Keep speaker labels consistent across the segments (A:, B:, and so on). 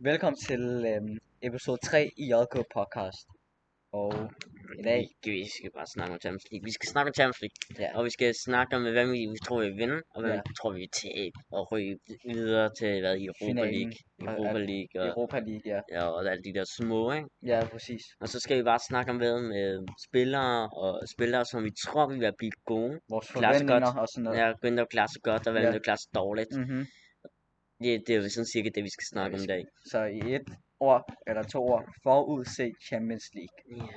A: Velkommen til øhm, episode 3 i JK Podcast. Og i dag,
B: Vi, vi skal bare snakke om Champions League. Vi skal snakke om Champions League.
A: Ja.
B: Og vi skal snakke om, hvem vi vi tror, vi vil vinde, og hvem
A: Ja.
B: vi tror, vi vil tabe og ryge videre til hvad, Europa
A: Finalen.
B: League.
A: Og-
B: Europa League og,
A: Europa League, ja.
B: ja, og alle de der små, ikke?
A: Ja, præcis.
B: Og så skal vi bare snakke om, hvad med spillere og spillere, som vi tror, vi vil blive gode.
A: Vores
B: Klasse godt.
A: forventninger og sådan noget.
B: Jeg er begyndt at klare sig godt, og hvem
A: Ja.
B: ja. der klarer sig dårligt.
A: Mm-hmm.
B: Det, det er jo sådan cirka det, vi skal snakke om i dag.
A: Så i et ord eller to ord, forudse Champions League.
B: Ja.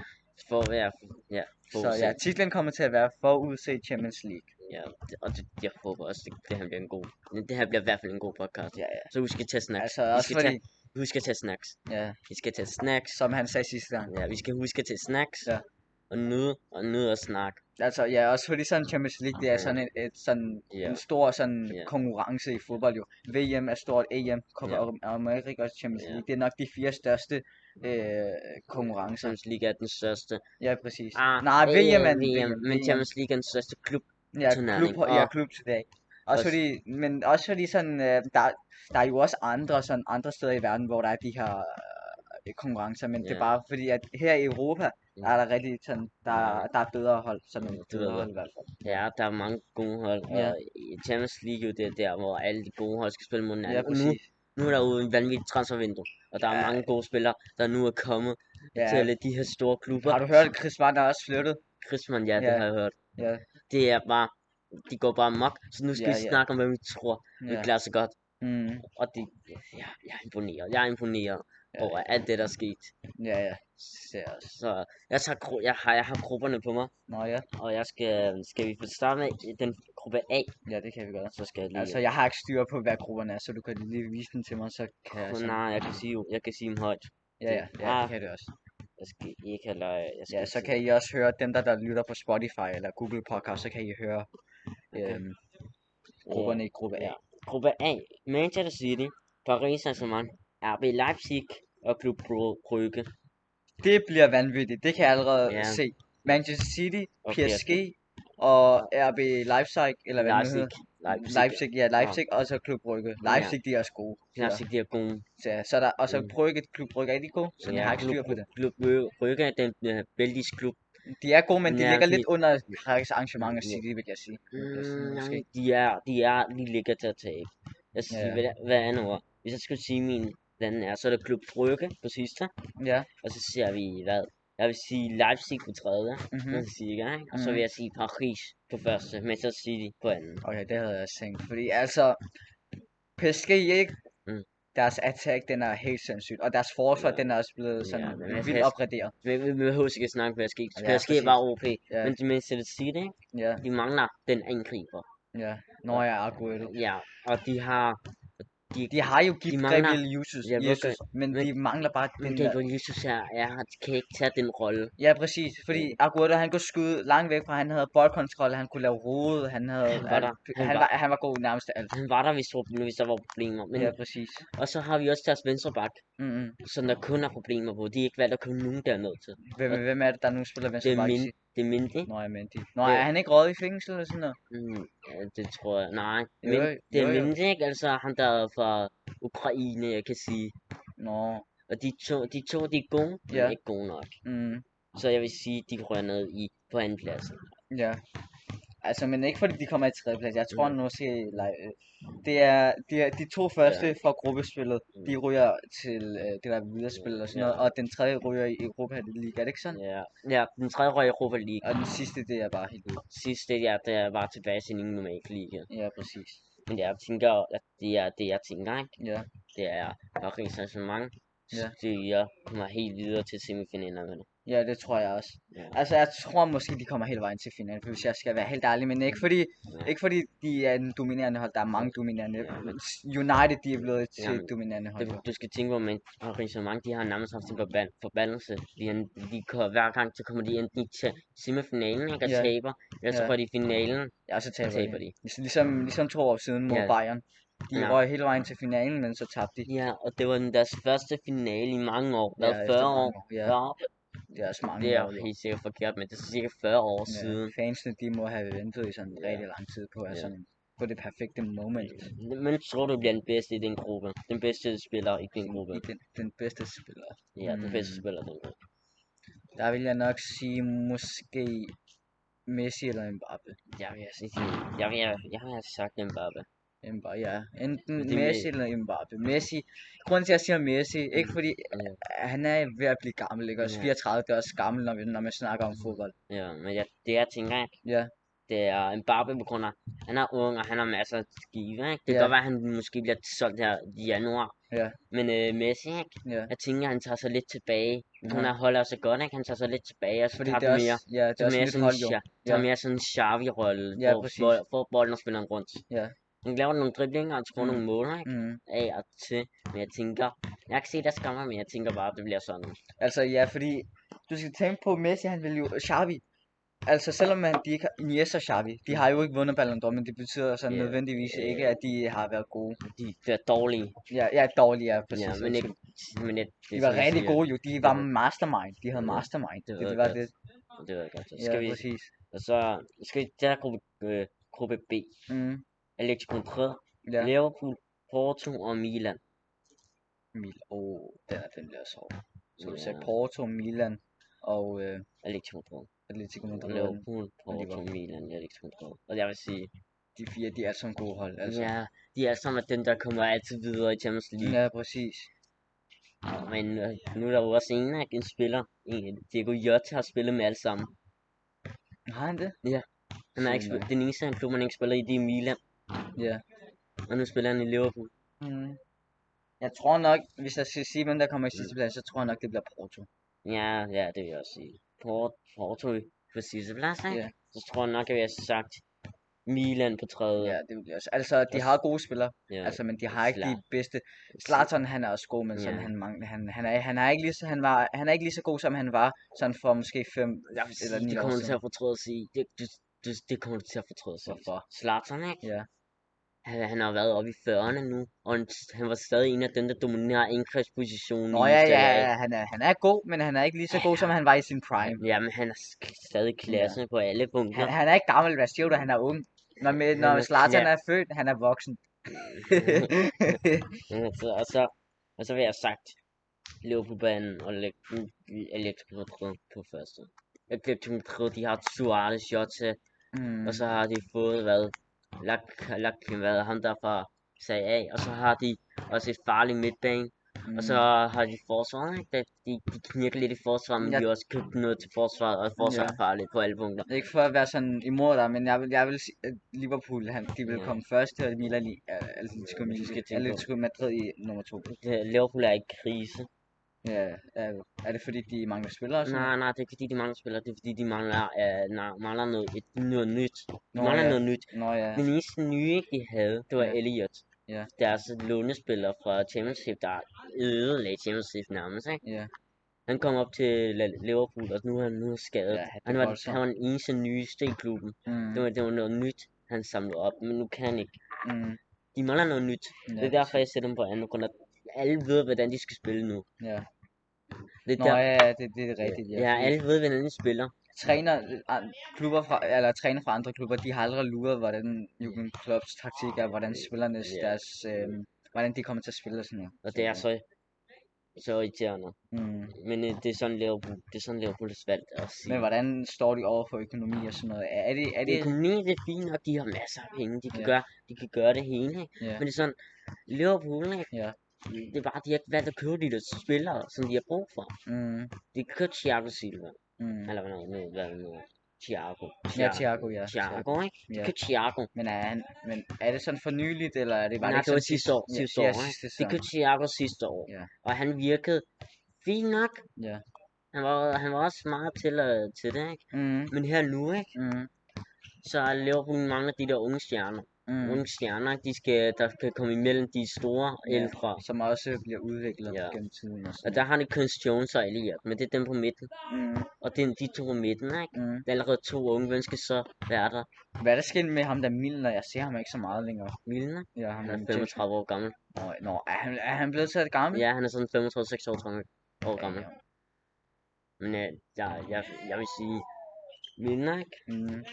B: For at være, ja,
A: Så ja, titlen kommer til at være forudse Champions League.
B: Ja, det- og det, jeg håber også, det, det her bliver en god... Det her bliver i hvert fald en god podcast.
A: Ja, ja.
B: Så husk at tage snacks.
A: Altså
B: I
A: også
B: skal
A: fordi,
B: tage, husk at tage snacks.
A: ja,
B: Vi skal tage snacks.
A: som han sagde sidste gang.
B: Ja, vi skal huske at tage snacks.
A: Ja.
B: Og nyde, og nyde at snakke.
A: Altså ja, også fordi sådan Champions League, det er sådan et, et sådan
B: Ja.
A: en stor sådan
B: Ja.
A: konkurrence i fodbold jo. VM er stort, E EM, Copa
B: Ja.
A: yeah. America og Champions
B: Ja.
A: League, det er nok de fire største øh, konkurrencer.
B: Champions League er den største.
A: Ja, præcis.
B: Ah,
A: Nej, VM er den
B: VM, men Champions League er den største klub.
A: ja,
B: turnering.
A: klub, ja,
B: Ah.
A: klub today. Også
B: Også-
A: fordi, men også fordi sådan, øh, der, der er jo også andre, sådan andre steder i verden, hvor der er de her øh, konkurrencer, men yeah. det er
B: Ja.
A: bare fordi, at her i Europa, der er der rigtig sådan, der,
B: Ja.
A: der er bedre hold, sådan
B: Ja,
A: nogle
B: det ved
A: bedre
B: jeg.
A: hold i hvert fald.
B: Ja, der er mange gode hold.
A: Ja.
B: Og i Champions League er jo det er der, hvor alle de gode hold skal spille mod hinanden.
A: Ja,
B: og nu,
A: præcis.
B: nu er der jo en vanvittig transfervindue. Og der er
A: Ja.
B: mange gode spillere, der nu er kommet
A: Ja.
B: til alle de her store klubber.
A: Har du hørt, at Chris Martin er også flyttet?
B: Christman, ja, det
A: Ja.
B: har jeg hørt.
A: Ja.
B: Det er bare... De går bare mok, så nu skal
A: Ja,
B: vi
A: ja.
B: snakke om, hvad vi tror, vi
A: Ja.
B: klarer så godt.
A: Mm,
B: Og det, ja, jeg er imponeret. Jeg er imponeret
A: Ja,
B: over alt det, der er sket.
A: ja, ja. Det er også.
B: Så jeg, tager, gru- jeg, har, jeg har grupperne på mig,
A: Nå ja,
B: og jeg skal, skal vi få starte med i den gruppe A,
A: ja, det kan vi godt.
B: så skal jeg lige...
A: Altså, jeg har ikke styr på, hvad grupperne er, så du kan lige vise den til mig, så kan jeg
B: Åh,
A: sådan...
B: nej, jeg kan sige, jeg kan sige dem højt.
A: Ja, ja, ja, det
B: Ah.
A: kan det også.
B: Jeg skal ikke have løg. Jeg skal
A: Ja,
B: ikke
A: så
B: sige-
A: kan I også høre, dem der, der lytter på Spotify eller Google Podcast, så kan I høre
B: Okay.
A: øhm, grupperne i gruppe A.
B: Ja. Gruppe A, Manchester City, Paris Saint-Germain, RB Leipzig og Klub Brygge.
A: Det bliver vanvittigt, det kan jeg allerede
B: Ja.
A: se. Manchester City,
B: Og
A: PSG og RB Leipzig, eller hvad det
B: Leipzig.
A: hedder.
B: Leipzig.
A: Leipzig, ja, Leipzig, og så Klub Brygge. Leipzig, de er også gode. så-
B: Leipzig, de er gode.
A: Så, ja, så er der, og så
B: Mm.
A: Brygge, Klub Brygge, er de gode? Så jeg har ikke styr på det.
B: Klub Brygge er den øh, belgiske klub.
A: De er gode, men de
B: Ja,
A: ligger
B: de-
A: lidt under Paris arrangement og
B: Ja.
A: City, vil jeg sige. Vil jeg sige,
B: Mm,
A: måske.
B: nej, de er, de er, de ligger til at tabe. Jeg skal
A: Ja.
B: sige, hvad, er- hvad er nu? Hvis jeg skulle sige min den er, så er der Klub Brygge på sidste,
A: Ja,
B: og så ser vi hvad? Jeg vil sige Leipzig på tredje,
A: mhm.
B: mm. cirka, ikke? og så vil jeg sige Paris på første, Manchester City på anden.
A: Okay, det havde jeg også tænkt, fordi altså, PSG ikke,
B: Mm.
A: deres attack, den er helt sindssygt, og deres forsvar,
B: Ja.
A: den er også blevet
B: Ja,
A: sådan
B: men man
A: vildt
B: skal-
A: opgraderet.
B: Men vi vi behøver ikke at snakke om PSG.
A: Ja,
B: PSG
A: præcis.
B: er bare OP,
A: Ja.
B: men Manchester City, ikke?
A: Ja,
B: de mangler den angriber.
A: ja. Når jeg er gået det.
B: Ja, og de har...
A: De har jo
B: De
A: givet
B: mangler-
A: Gabriel Jesus,
B: Ja, ved
A: Jesus men
B: men-
A: de mangler bare
B: Men
A: den der.
B: Gabriel Jesus her, er, kan ikke tage den rolle.
A: Ja, præcis, fordi Aguero, han kunne skyde langt væk fra, han havde boldkontrol, han kunne lave rode, han havde...
B: Han var der.
A: Han,
B: Han
A: han,
B: var-
A: var, han var god i nærmest alt.
B: Han var der, hvis, der- hvis der var problemer. Men,
A: Ja, præcis.
B: Og så har vi også deres venstre bak,
A: Mm -hmm.
B: som der kun er problemer på. De er ikke valgt at købe nogen, der er nødt til.
A: Hvem, hvem er det, der nu spiller venstre
B: Det er
A: back?
B: min, det er Mindy.
A: Nå, ja, Mendy. Nå,
B: Det-
A: er han ikke røget i fængsel eller sådan noget?
B: Mm, ja, det tror jeg. Nej,
A: Jo,
B: men
A: jo,
B: det er
A: jo, jo.
B: Mindy, ikke? Altså ham der er fra Ukraine, jeg kan sige.
A: Nå,
B: Og de to, de to, de er gode, men
A: Ja.
B: ikke gode nok.
A: mm.
B: Så jeg vil sige, de rører ned i på andenpladsen.
A: Ja. Altså, men ikke fordi de kommer i tredje plads. Jeg tror
B: Mm.
A: nu måske, like, øh, det er de, er- de to første fra gruppespillet,
B: Mm.
A: de ryger til øh, det der videre spil og sådan
B: Ja.
A: noget, og den tredje ryger i Europa League, er det ikke sådan?
B: Ja, ja den tredje røg i Europa League.
A: Og den sidste, det er bare helt vildt.
B: Sidste, ja, der var tilbage til en normal liga.
A: Ja, præcis.
B: Men jeg tænker, at det er det, jeg tænker, ikke?
A: Ja,
B: Det er Paris Saint-Germain.
A: Ja.
B: Ja. Det, jeg kommer helt videre til semifinalerne.
A: ja det tror jeg også.
B: Ja.
A: Altså, jeg tror måske, de kommer hele vejen til finalen, hvis jeg skal være helt ærlig, men ikke fordi,
B: Ja.
A: ikke fordi de er en dominerende hold, der er mange dominerende.
B: Ja, men-
A: United, de er blevet til
B: Jamen,
A: et dominerende hold.
B: Det,
A: jo.
B: du skal tænke på, men Paris Saint-Germain, de har nærmest haft en forban- forbandelse. De, er- de, ko- hver gang, så kommer de enten til semifinalen, ikke, og
A: Ja.
B: taber, eller så
A: Ja.
B: går de i finalen,
A: Ja, og så
B: og
A: taber de.
B: taber de.
A: Liges- Ligesom, ligesom to år siden mod
B: Ja.
A: Bayern. De
B: Ja.
A: røg hele vejen til finalen, men så tabte de.
B: Ja, og det var den deres første finale i mange år, hvad,
A: efter
B: 40
A: mange
B: år?
A: Ja,
B: 40 år?
A: det er også mange
B: Det er
A: år.
B: jo helt sikkert forkert, men det er cirka 40 år
A: Ja,
B: siden.
A: Fansene, de må have ventet i sådan
B: Ja.
A: rigtig lang tid på, at
B: Ja.
A: sådan på det perfekte moment.
B: Men tror du bliver den bedste i din gruppe? Den bedste spiller i din gruppe?
A: I den, den bedste spiller.
B: Ja, den bedste
A: Mm.
B: spiller i din gruppe.
A: Der vil jeg nok sige måske Messi eller Mbappe.
B: Jeg vil sige, jeg, jeg, jeg har sagt Mbappe.
A: Mbappe, ja. Enten
B: Men det er
A: Messi
B: Me-
A: eller Mbappe. Messi. Grunden til, at jeg siger Messi, ikke
B: Mm,
A: fordi
B: ja.
A: øh, han er ved at blive gammel, ikke? Også
B: Ja.
A: 34 det er også gammel, når, vi, når man snakker om fodbold.
B: Ja, men jeg, det jeg tænker,
A: Ja.
B: det er Mbappe på grund af, han er ung, og han har masser af skive, ikke?
A: Ja.
B: Det kan godt være, at han måske bliver solgt her i januar.
A: Ja.
B: Men øh, Messi, ikke?
A: Ja.
B: Jeg tænker, han tager sig lidt tilbage.
A: Mhm.
B: Han er holder sig godt, ikke? Han tager sig lidt tilbage, og så
A: Fordi
B: tager
A: det er
B: det mere.
A: også, ja, det
B: Det
A: er
B: er
A: også
B: mere
A: nyt
B: sådan
A: hold, jo.
B: en ja.
A: Ja.
B: mere sådan en Xavi-rolle,
A: Ja,
B: hvor,
A: præcis.
B: hvor, hvor bolden og spiller rundt.
A: Ja.
B: Han laver nogle driblinger og tror
A: Mm.
B: nogle mål, ikke?
A: Mm.
B: Af og til. Men jeg tænker, jeg kan ikke se, der skammer, men jeg tænker bare, at det bliver sådan.
A: Altså ja, fordi du skal tænke på, Messi han vil jo, Xavi, altså selvom man, de ikke har, Iniesta og Xavi, de har jo ikke vundet Ballon d'Or, men det betyder så
B: Ja,
A: nødvendigvis
B: øh.
A: ikke, at de har været gode.
B: De de er dårlige.
A: Ja, ja dårlige, ja, Mm. præcis.
B: Ja, men ikke, men ikke, det,
A: de
B: er
A: var
B: sådan, jeg
A: rigtig
B: siger.
A: gode jo, de var
B: Ja.
A: mastermind, de havde
B: Ja,
A: mastermind,
B: det
A: det,
B: ved
A: det
B: jeg
A: var
B: godt.
A: det,
B: Det ved jeg godt. Så
A: ja,
B: skal vi,
A: præcis.
B: og så skal vi der er gruppe, øh, gruppe B.
A: Mm,
B: Alex Montreux,
A: ja,
B: ja. Liverpool, Porto og Milan.
A: Mil, oh, den er den bliver så. Så du sagde
B: Ja.
A: Porto, Milan og øh,
B: Alex Montreux.
A: Atletico Madrid,
B: Liverpool, Porto,
A: Liverpool.
B: Milan, Alex Montreux. Og jeg vil sige,
A: de fire, de er sådan gode hold, altså.
B: Altså. Ja, de er sammen dem, der kommer altid videre i Champions League. Ja.
A: Ja, præcis.
B: Men øh, nu er der jo også en, ikke? en spiller, en, Diego Jota har spillet med alle sammen.
A: Har han det?
B: Han har
A: Sygt
B: ikke spillet,
A: nok.
B: den eneste klub, han ikke spiller i, det er i Milan.
A: Ja.
B: Og nu spiller han i Liverpool.
A: Mm. Jeg tror nok, hvis jeg skal sige, hvem der kommer i
B: Mm.
A: sidste plads, så tror jeg nok, det bliver Porto.
B: Ja, ja, det vil jeg også sige. Port, Porto på sidste plads, ikke?
A: Ja.
B: Så tror jeg nok, at jeg har sagt Milan på tredje.
A: Ja, det bliver også. Altså, de har gode spillere,
B: ja.
A: altså, men de har ikke de bedste.
B: Sla-
A: Zlatan, han er også god, men sådan,
B: Ja.
A: han, mangler, han, han, er, han, er ikke lige så, han, var, han er ikke lige så god, som han var sådan for måske 5
B: Jeg vil sige,
A: eller 9
B: det
A: år
B: kommer du til
A: siden.
B: at fortryde at sige. Det, det, det, det kommer du til at fortryde at sige.
A: Hvorfor?
B: Zlatan, ikke?
A: Ja.
B: Han, han har været oppe i 40'erne nu, og han, han var stadig en af dem, der dominerer indkøbspositionen.
A: Nå
B: i
A: ja, ja,
B: Serie A.
A: ja, han er, han er god, men han er ikke lige så god, som han var i sin prime.
B: Jamen, han er sk- stadig klassen på alle punkter.
A: Han, han er ikke gammel, hvad siger du, han er ung. Når, med,
B: Han
A: når
B: er
A: Zlatan
B: knap.
A: er født, han er voksen.
B: Ja, så, og, så, og så vil jeg have sagt, løb på banen og læg Atletico Madrid på første. Atletico Madrid, de har Suarez, Jota,
A: mm.
B: og så har de fået, hvad, Lak, Lak, hvad, ham der fra Serie A, og så har de også et farligt midtbane,
A: mm.
B: Og så har de forsvaret, ikke? De, de, de knirker lidt i forsvaret, men
A: Jeg-
B: de har også købt noget til forsvaret, og forsvaret
A: Ja.
B: er farligt på alle punkter.
A: Ikke for at være sådan imod dig, men jeg vil, jeg vil sige, at Liverpool, han, de vil
B: Ja.
A: komme først, og Milan i øh, Atletico,
B: Ja, vi skal
A: Mil-
B: tænke på-
A: Atletico Madrid i nummer to.
B: Det- Liverpool er i krise.
A: Ja, er, er det fordi, de mangler spillere? og sådan
B: Nej, nej, det er ikke fordi, de mangler spillere, det er fordi, de mangler, øh, nej, mangler noget, et, noget nyt. De
A: Nå,
B: mangler
A: ja.
B: noget nyt.
A: noget? Nå ja,
B: Den eneste nye, ikke, de havde, det var
A: Ja.
B: Elliot.
A: Ja.
B: Deres lånespiller fra Championship, der ødelagde Championship nærmest, ikke?
A: ja.
B: Han kom op til La- Liverpool, og nu er han, nu er han skadet.
A: Ja, det
B: han,
A: er
B: var,
A: voldsomt.
B: han var den eneste nyeste i klubben.
A: Mm,
B: Det var, det var noget nyt, han samlede op, men nu kan han ikke.
A: mm,
B: De mangler noget nyt.
A: ja.
B: Det er derfor, jeg sætter dem på anden, på grund af, at alle ved, hvordan de skal spille nu.
A: Ja.
B: Det er
A: Nå
B: der,
A: ja, det, det er rigtigt.
B: ja,
A: fordi
B: alle ved, hvordan de spiller.
A: Træner, an- klubber fra, eller træner fra andre klubber, de har aldrig luret, hvordan Jürgen Klopps taktik er, hvordan spillerne,
B: Ja.
A: deres, øh, hvordan de kommer til at spille og sådan noget.
B: Og det er så, så irriterende.
A: Mm.
B: Men øh, det er sådan Liverpool, det er sådan Liverpool er valgt at sige.
A: Men hvordan står de over for økonomi og sådan noget? Er er det, er
B: det...
A: det,
B: Økonomi, det er fint nok, de har masser af penge, de kan,
A: Ja.
B: gøre, de kan gøre det hele. Ikke?
A: ja.
B: Men det er sådan, Liverpool, ikke?
A: Ja.
B: det er bare, de har ikke valgt at købe de der spillere, som de har brug for.
A: Mm,
B: De kan købe Thiago Silva,
A: mm.
B: eller hvad nu, hvad det nu, er. Thiago.
A: Ja, Thiago, ja.
B: Thiago, ikke? De
A: Ja.
B: købte Thiago.
A: Men er, han, men er det sådan for nyligt, eller er det bare
B: Nej,
A: ikke
B: det var
A: sådan
B: sidste år,
A: Ja,
B: sidste
A: ja,
B: år, ikke?
A: sidste
B: Det
A: sæson.
B: købte Thiago sidste år.
A: Ja.
B: Og han virkede fint nok.
A: Ja.
B: Han var, han var også smart til, uh, til det, ikke?
A: Mm,
B: Men her nu, ikke?
A: mm,
B: Så er Liverpool mangler de der unge stjerner. Mm.
A: mm,
B: Unge stjerner, ikke? de skal, der kan komme imellem de store
A: Ja.
B: ældre.
A: som også bliver udviklet
B: Ja.
A: gennem tiden og
B: Og
A: sådan
B: der har de Køns Jones og Elliot, men det er dem på midten.
A: mm,
B: Og det er de to på midten, ikke?
A: mm.
B: Der er allerede to unge, hvem skal så være der?
A: Hvad er der sket med ham der Milner? Jeg ser ham ikke så meget længere.
B: Milner,
A: Ja, ham
B: han
A: der
B: er 35 år gammel.
A: Nå, nå, er han, er han blevet så gammel?
B: Ja, han er sådan 35-6 år, gammel- år gammel.
A: Ja.
B: Men øh, jeg, jeg, jeg vil sige, Milner, ikke?
A: Mm.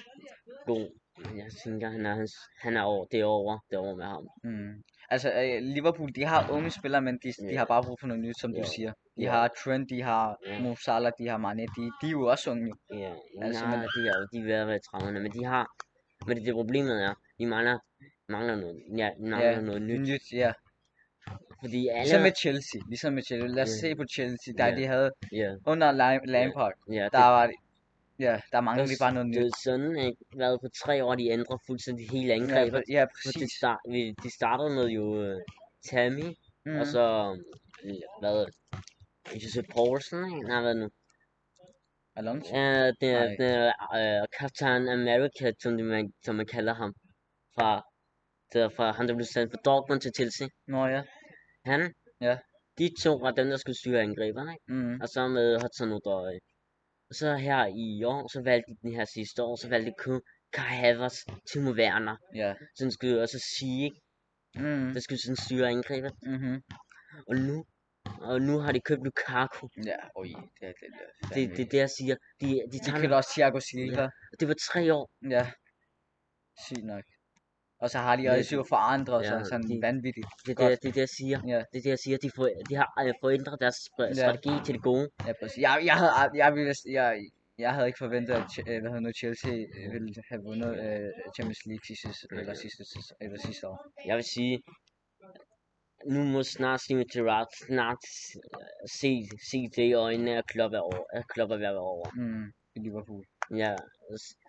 B: god. Jeg tænker, han er, hans, han er over, det er over, det er over med ham.
A: Mm. Altså, øh, Liverpool, de har unge spillere, men de, de
B: Ja.
A: har bare brug for noget nyt, som
B: Ja.
A: du siger. De
B: Ja.
A: har Trent, de har
B: Ja.
A: Mo Salah, de har Mane, de, de er jo også unge. jo.
B: Ja,
A: Altså,
B: altså,
A: men-
B: nej, de er jo de er ved at være i 30'erne, men de har, men det, det problemet er, de mangler, mangler noget, ja, de mangler
A: Ja,
B: noget nyt,
A: Nyt, ja.
B: fordi alle,
A: Ligesom med Chelsea, ligesom med Chelsea. Lad os
B: Ja.
A: se på Chelsea, der
B: Ja.
A: de havde
B: ja,
A: under Lam- Lampard,
B: ja,
A: der var ja, der manglede
B: det-
A: vi bare noget
B: det
A: nyt.
B: er sådan, ikke, været på tre år, de ændrer fuldstændig hele
A: Ja,
B: angrebet,
A: pr- ja
B: for de,
A: præcis.
B: start, vi- de startede med jo uh, Tammy,
A: Mm.
B: og så, øh, hvad, Josep Poulsen, ikke? nej, hvad nu,
A: Alonso.
B: Ja, det er,
A: Nej.
B: det er øh, Captain America, som, de, man, som man kalder ham. Fra, det er fra han, der blev sendt fra Dortmund til Chelsea.
A: Nå ja.
B: Han,
A: Ja.
B: de to var dem, der skulle styre angreberne, ikke?
A: Mm.
B: Og så med Hudson Odoi. Og så her i år, så valgte de den her sidste år, så valgte de kun Kai Havertz, Timo Werner.
A: Ja.
B: Sådan skulle også sige, ikke?
A: Mm.
B: Der skulle sådan styre angrebet.
A: Mhm.
B: Og nu, og nu har de købt Lukaku.
A: Ja, oj, det er det.
B: Det, det er det, jeg siger. De, de
A: De
B: tager,
A: købte også Thiago Silva.
B: det var tre år.
A: Ja. Sygt nok. Og så har de
B: Ja,
A: også jo forandret sig
B: ja,
A: sådan
B: de-
A: vanvittigt.
B: Det er
A: Godt.
B: det, det, er det, jeg siger.
A: Ja.
B: Det er det, jeg siger. De, for, de har øh, forændret deres stra-
A: Ja.
B: strategi til det gode.
A: Ja, præcis. Jeg, jeg, havde, ald- jeg, ville, jeg, jeg havde ikke forventet, at Ch- øh, hvad hedder nu, Chelsea øh, ville have vundet øh, Champions League sidste, s-
B: Ja.
A: eller sidste, sæs- eller sidste år.
B: Jeg vil sige, nu må snart Steven Gerrard snart øh, se, se det i øjnene og kloppe over. At kloppe være over.
A: Mm, i Liverpool.
B: Ja,
A: Han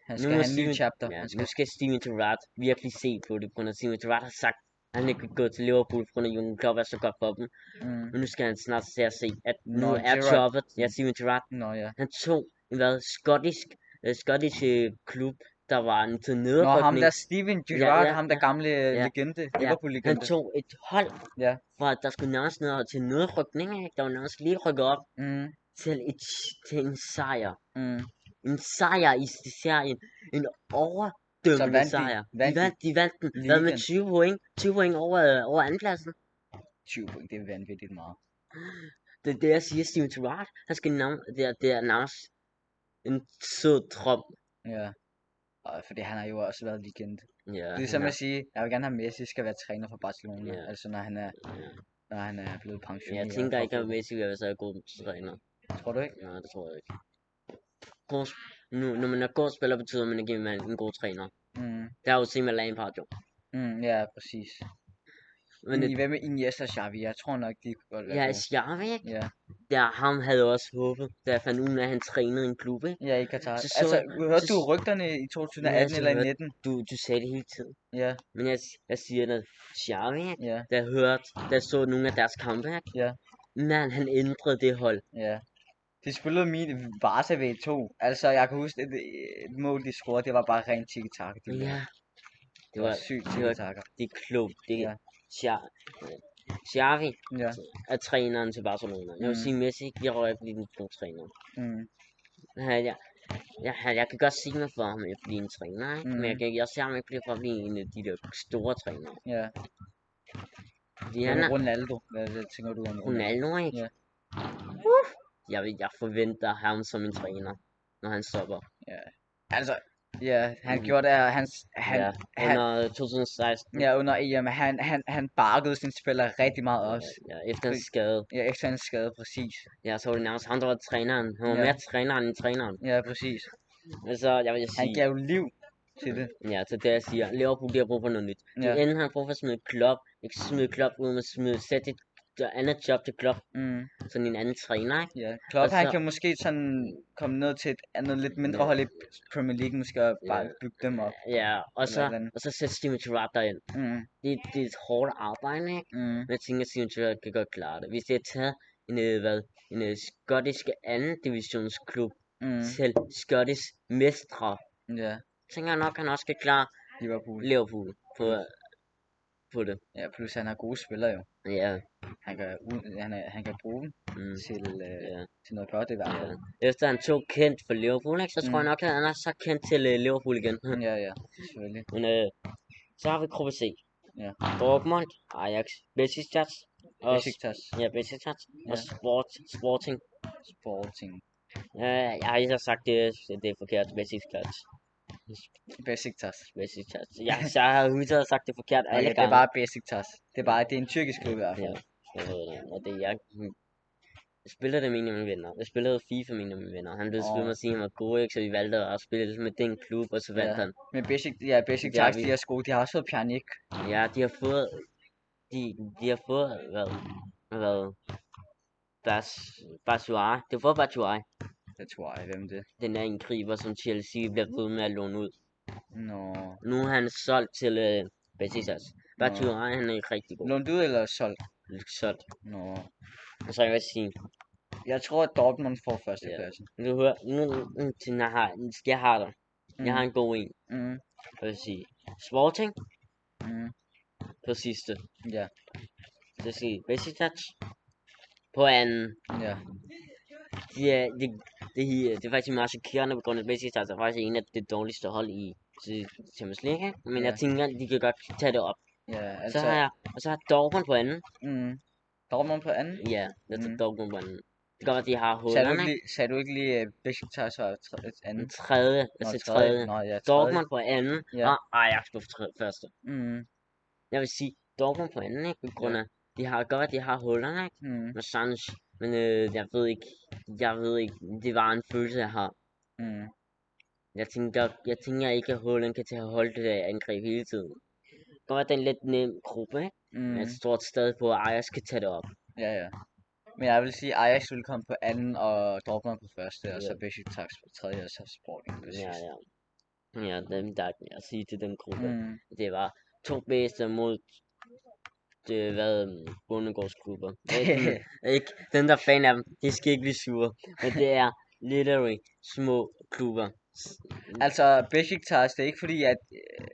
B: Nu
A: skal
B: må
A: have en ny
B: Steven-
A: chapter.
B: ja,
A: Han
B: nu
A: skal,
B: skal Steven Gerrard virkelig se på det, på grund af at Steven Gerrard har sagt, at han ikke kan gå til Liverpool, på grund af at Jürgen Klopp er så godt for dem.
A: mm,
B: Men nu skal han snart se at se, at nu
A: Nå,
B: er
A: Gerrard.
B: Kloppet, ja Steven Gerrard,
A: nå ja.
B: han tog en hvad, skottisk, øh, skottisk øh, klub, der var en til
A: Nå,
B: nedrykning.
A: ham der Steven Gerrard,
B: ja,
A: ham der
B: ja.
A: gamle øh,
B: Ja.
A: legende,
B: Han
A: Liverpool-legende.
B: tog et hold,
A: Ja.
B: fra der skulle nærmest ned til nedrykning, ikke? der var nærmest lige rykket op
A: Mm,
B: til, et, til en sejr.
A: mm.
B: En sejr i s- serien. En
A: Så
B: overdømmende
A: vandt de-
B: sejr. De
A: vandt de
B: vandt, de vandt den. Hvad med
A: ligaen?
B: 20 point? 20 point over, øh, over andenpladsen.
A: 20 point, det er vanvittigt meget.
B: Det er det, jeg siger, Steven Gerrard. Han skal navn, det er, det er nærmest en sød drøm.
A: Ja. Og fordi han har jo også været legende.
B: Ja,
A: Det er som
B: han
A: at sige, jeg vil gerne have Messi skal være træner for Barcelona.
B: Ja.
A: Altså når han er,
B: Ja.
A: når han er blevet
B: Men
A: pensioneret.
B: jeg tænker
A: og-
B: ikke, at Messi vil være så god træner.
A: Tror du ikke?
B: Nej, det tror jeg ikke. God, sp- nu, når man er god spiller, betyder man ikke, at man er en god træner.
A: Mm.
B: Der er jo set med Lampard jo.
A: Mm, ja, præcis.
B: Men
A: Men
B: det,
A: I, hvad med Iniesta og Xavi? Jeg tror nok, de kunne godt være
B: ja,
A: gode.
B: Xavi, ikke?
A: Ja.
B: der ham havde jeg også håbet, da jeg fandt ud af, at han trænede i en klub, ikke?
A: ja, i Katar.
B: Så så-
A: altså, hørte
B: så-
A: du rygterne i 2018
B: så
A: eller i
B: hørte-
A: 19?
B: Du, du sagde det hele tiden.
A: Ja,
B: Men jeg, jeg siger noget. Xavi, ikke?
A: ja,
B: da jeg hørte, da jeg så nogle af deres kampe, ikke?
A: Ja.
B: Man, han ændrede det hold.
A: ja. De spillede min Barca V2. Altså, jeg kan huske, at det et mål, de scorede, det var bare rent tiki-taka. De
B: Ja.
A: lavede.
B: Det var,
A: sygt
B: det var-
A: tiki-taka.
B: det er klogt. Det
A: Ja.
B: er Xavi. Xavi
A: Ja.
B: er træneren til Barcelona. Jeg vil
A: Mm.
B: sige, Messi, jeg rører ikke blive en god træner.
A: Mm.
B: Jeg, jeg, jeg, jeg kan godt sige mig for ham at blive en træner, ikke? men jeg
A: Mhm.
B: kan jeg ser ham ikke blive for at blive en af de der store trænere.
A: Ja.
B: Fordi
A: ja.
B: han er,
A: Ronaldo. Hvad, hvad tænker du om Ronaldo?
B: Ronaldo, ikke?
A: Ja.
B: Ja. Jeg, vil- jeg forventer ham som en træner, når han stopper.
A: Altså, ja, han
B: Mm.
A: gjorde det, og hans, han,
B: ja,
A: han,
B: under 2016.
A: ja, under EM, han, han, han barkede sine spillere rigtig meget også.
B: Ja, efter en skade.
A: Ja, efter hans skade, præcis.
B: Ja, så var det nærmest ham, der var træneren. Han var
A: Ja.
B: mere træneren end træneren.
A: Ja, præcis.
B: Altså, jeg vil
A: Han
B: sige,
A: gav jo liv til det.
B: ja, så det jeg siger, Liverpool, de har brug for noget nyt. De
A: Ja.
B: enten har brug for at smide Klopp, ikke smide Klopp ud, men smide, sætte et der andet job til Klopp,
A: Mm,
B: sådan en anden træner, ikke?
A: ja. Klopp, han
B: så-
A: kan måske sådan komme ned til et andet lidt mindre
B: Ja.
A: hold i Premier League, måske og bare bygge dem op.
B: Ja, og så,
A: hvordan?
B: og så sætte Steven Gerrard derind.
A: Mm,
B: Det, det er et hårdt arbejde, ikke?
A: mm,
B: Men jeg tænker, at Steven Gerrard kan godt klare det. Hvis det har taget en, øh, hvad, en øh, skottisk anden divisionsklub
A: mm,
B: mm. til skottisk mestre,
A: ja.
B: tænker jeg nok, at han også kan klare
A: Liverpool.
B: Liverpool på, øh, på det.
A: Ja, plus han har gode spillere jo.
B: Ja,
A: Han kan, u- han, er, han kan bruge dem
B: mm,
A: til, øh,
B: ja,
A: til noget godt i hvert
B: ja.
A: fald.
B: Efter han tog kendt for Liverpool, ikke, så tror
A: Mm.
B: jeg nok, at han er så kendt til øh, Liverpool igen.
A: Ja, ja, selvfølgelig.
B: Men øh, så har vi gruppe C.
A: Ja.
B: Dortmund, Ajax, Besiktas, og,
A: Besiktas,
B: ja, Besiktas, og
A: Ja.
B: Sport, Sporting.
A: Sporting.
B: Øh, jeg har lige så sagt, det, det er forkert. Besiktas.
A: Basic tas.
B: Besiktas. Ja, så jeg har 100 sagt det forkert alle
A: Okay, det
B: gange.
A: er bare basic tas. Det er bare, det er en tyrkisk klub i hvert fald.
B: Ja, jeg ved det. Og det er jeg... hmm. Jeg spillede det med en af mine venner. Jeg spillede FIFA med en af mine venner. Han blev oh.
A: Åh.
B: med at sige, at han var god, ikke? Så vi valgte at spille med den klub, og så vandt
A: Ja.
B: han.
A: Men basic, ja, basic
B: Det er
A: tas,
B: vi.
A: de er sko, de har også fået Pjanik.
B: Ja, de har fået... De, de har fået... Hvad? Hvad? Bas... Basuari. Det var Basuari.
A: Jeg tror jeg, hvem det er.
B: Den er en kriber, som Chelsea bliver ved med at låne ud.
A: Nå.
B: Nu er han solgt til øh, Besiktas. Basuari, han er rigtig god.
A: Lånt ud eller solgt?
B: Solgt.
A: Nå.
B: Og så vil jeg sige,
A: Jeg tror, at Dortmund får første
B: Ja.
A: pladsen.
B: nu hører... Nu, nu, nu, jeg har, jeg har dig. Jeg har en god en.
A: Mm,
B: Jeg vil sige, Sporting
A: mm,
B: på sidste.
A: ja,
B: Så vil jeg sige, Besiktas på anden.
A: ja.
B: De er, det, det, er- det er faktisk meget chokerende på grund af, at Besiktas er faktisk en af det dårligste hold i til- Champions League. ikke? Men jeg
A: Ja.
B: tænker, de kan godt tage det op.
A: Ja,
B: Så
A: altså,
B: har jeg, og så har Dortmund på anden.
A: mm, Dortmund på anden.
B: Ja, jeg tager
A: Mm.
B: Dortmund på anden. Det kan godt være, de har
A: Sagde du
B: Håland,
A: ikke
B: ikke?
A: lige, sagde du ikke lige, at Besiktas øh, var tre- et
B: Den
A: andet?
B: tredje,
A: Nå,
B: altså tredje.
A: Nå, ja, tredje.
B: Dortmund på anden,
A: Ja.
B: og Ajax på tre- første.
A: Mm,
B: Jeg vil sige, Dortmund på anden, ikke? På grund af, de har godt, være, de har Håland, ikke?
A: mm,
B: med Sancho, men øh, jeg ved ikke, jeg ved ikke, det var en følelse, jeg har.
A: mm.
B: Jeg tænker, jeg tænker ikke, at Holland kan tage holde det der angreb hele tiden. Det var den lidt nem gruppe, ikke? Mm.
A: Mm,
B: Men jeg tror stadig på, at Ajax kan tage det op.
A: ja, ja. Men jeg vil sige, at Ajax ville komme på anden, og Dortmund på første, og
B: Ja.
A: så Besiktas på tredje, og så Sporting på
B: Ja,
A: sidste.
B: ja. Ja, dem der, jeg sige til den gruppe, mm.
A: Mm,
B: det var to bedste mod det hvad bundegårdsklubber. ikke? Den der fan af dem, de skal ikke blive sure. Men det er literally små klubber. S-
A: altså, Besiktas, det er ikke fordi, at øh,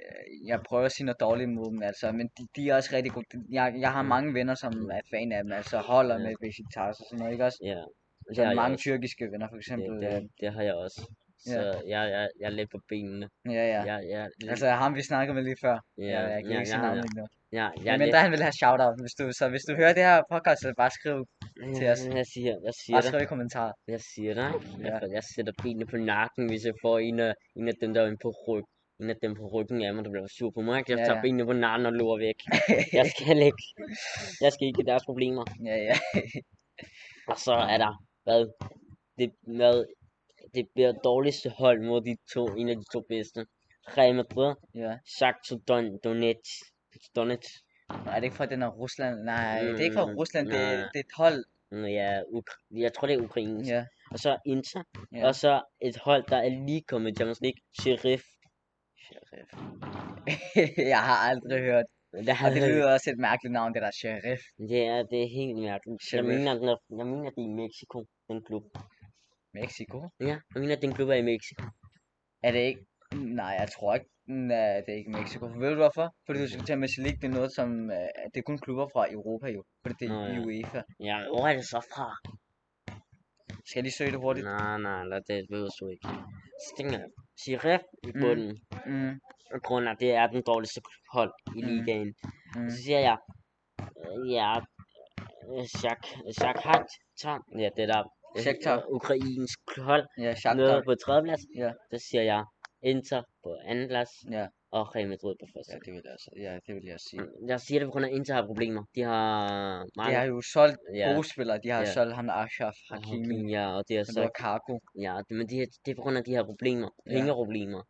A: jeg prøver at sige noget dårligt mod dem, altså, men de, de er også rigtig gode. De- Jeg, jeg har
B: Mm.
A: mange venner, som er fan af dem, altså holder
B: Ja.
A: med Besiktas og sådan noget, ikke også?
B: Ja.
A: Så
B: har jeg
A: mange
B: også.
A: tyrkiske venner, for eksempel.
B: det,
A: øh,
B: det, det har jeg også.
A: Ja.
B: Så jeg, jeg, jeg er lidt på benene.
A: Ja, ja.
B: Ja. Jeg, jeg, er lidt-
A: Altså ham vi snakkede med lige før. Ja, jeg kan
B: ja,
A: ikke
B: jeg,
A: sige
B: har-
A: navnet endnu.
B: ja, jeg,
A: Ja,
B: er
A: men
B: lidt-
A: der han vil have shoutout, hvis du, så hvis du hører det her podcast, så bare skriv, til os.
B: Jeg siger, jeg siger
A: bare
B: det.
A: skriv i kommentarer.
B: Jeg siger det, ikke?
A: Ja.
B: Jeg, får- jeg sætter benene på nakken, hvis jeg får en af, en af dem, der er inde på ryg. En af dem på ryggen af mig, der bliver sur på mig. ikke? Jeg
A: Ja,
B: tager
A: ja.
B: benene på nakken og løber væk. Jeg skal ikke, jeg skal ikke i deres problemer.
A: Ja, ja.
B: Og så er der, hvad? Det, hvad? Det bliver dårligste hold mod de to, en af de to bedste. Real Madrid
A: ja.
B: Shakhtar Don Donetsk. Donetsk.
A: Nå, er det ikke fra den her Rusland? Nej, det er ikke fra
B: Mm,
A: Rusland, det,
B: nej.
A: det er et hold.
B: Nå Ja, Ukra- jeg tror det er ukrainsk.
A: Ja.
B: Og så Inter.
A: Ja.
B: Ja. Og så et hold, der er lige kommet i Champions League. Sheriff. Sheriff.
A: jeg har aldrig hørt.
B: Der
A: Og
B: har
A: det
B: været-
A: lyder også et mærkeligt navn, det der sheriff.
B: det, er, det er helt mærkeligt. Jeg
A: Sheriff.
B: mener, den er, jeg mener, det er i Mexico, den klub.
A: Mexico?
B: Ja, jeg mener, den klub er i Mexico.
A: Er det ikke? Nej, jeg tror ikke, nej, det er ikke Mexico. Ved du hvorfor? Fordi du skal tage med League, det er noget som, øh, det er kun klubber fra Europa jo. Fordi det er
B: Nå, ja.
A: UEFA.
B: Ja, hvor er det så fra?
A: Skal jeg lige søge det hurtigt?
B: Nej, nej, nej, det ved du ikke. Stinger. Sheriff i bunden. Mm.
A: Mm,
B: Og grund af, det er den dårligste hold i
A: Mm.
B: ligaen.
A: mm.
B: Så siger jeg, øh, ja, øh, Shak, Shakhat, Tom, ja, det der øh,
A: Shakhtar.
B: øh, ukrainsk hold,
A: Ja, Shakhtar.
B: nede på tredjeplads,
A: Ja.
B: så siger jeg Inter på andenplads,
A: Ja.
B: og Real Madrid på første.
A: Ja, det vil jeg, også- ja, det vil jeg også sige.
B: Jeg siger det på grund af, at Inter har problemer. De har
A: De
B: mange
A: har jo solgt
B: ja,
A: gode spillere. De har
B: Ja.
A: solgt ham Ashraf Hakimi,
B: Hakimi, ja, og det
A: men
B: er så,
A: det var Cargo.
B: ja, det- men de, har- det er på grund af, at de har problemer,
A: Ja.
B: pengeproblemer.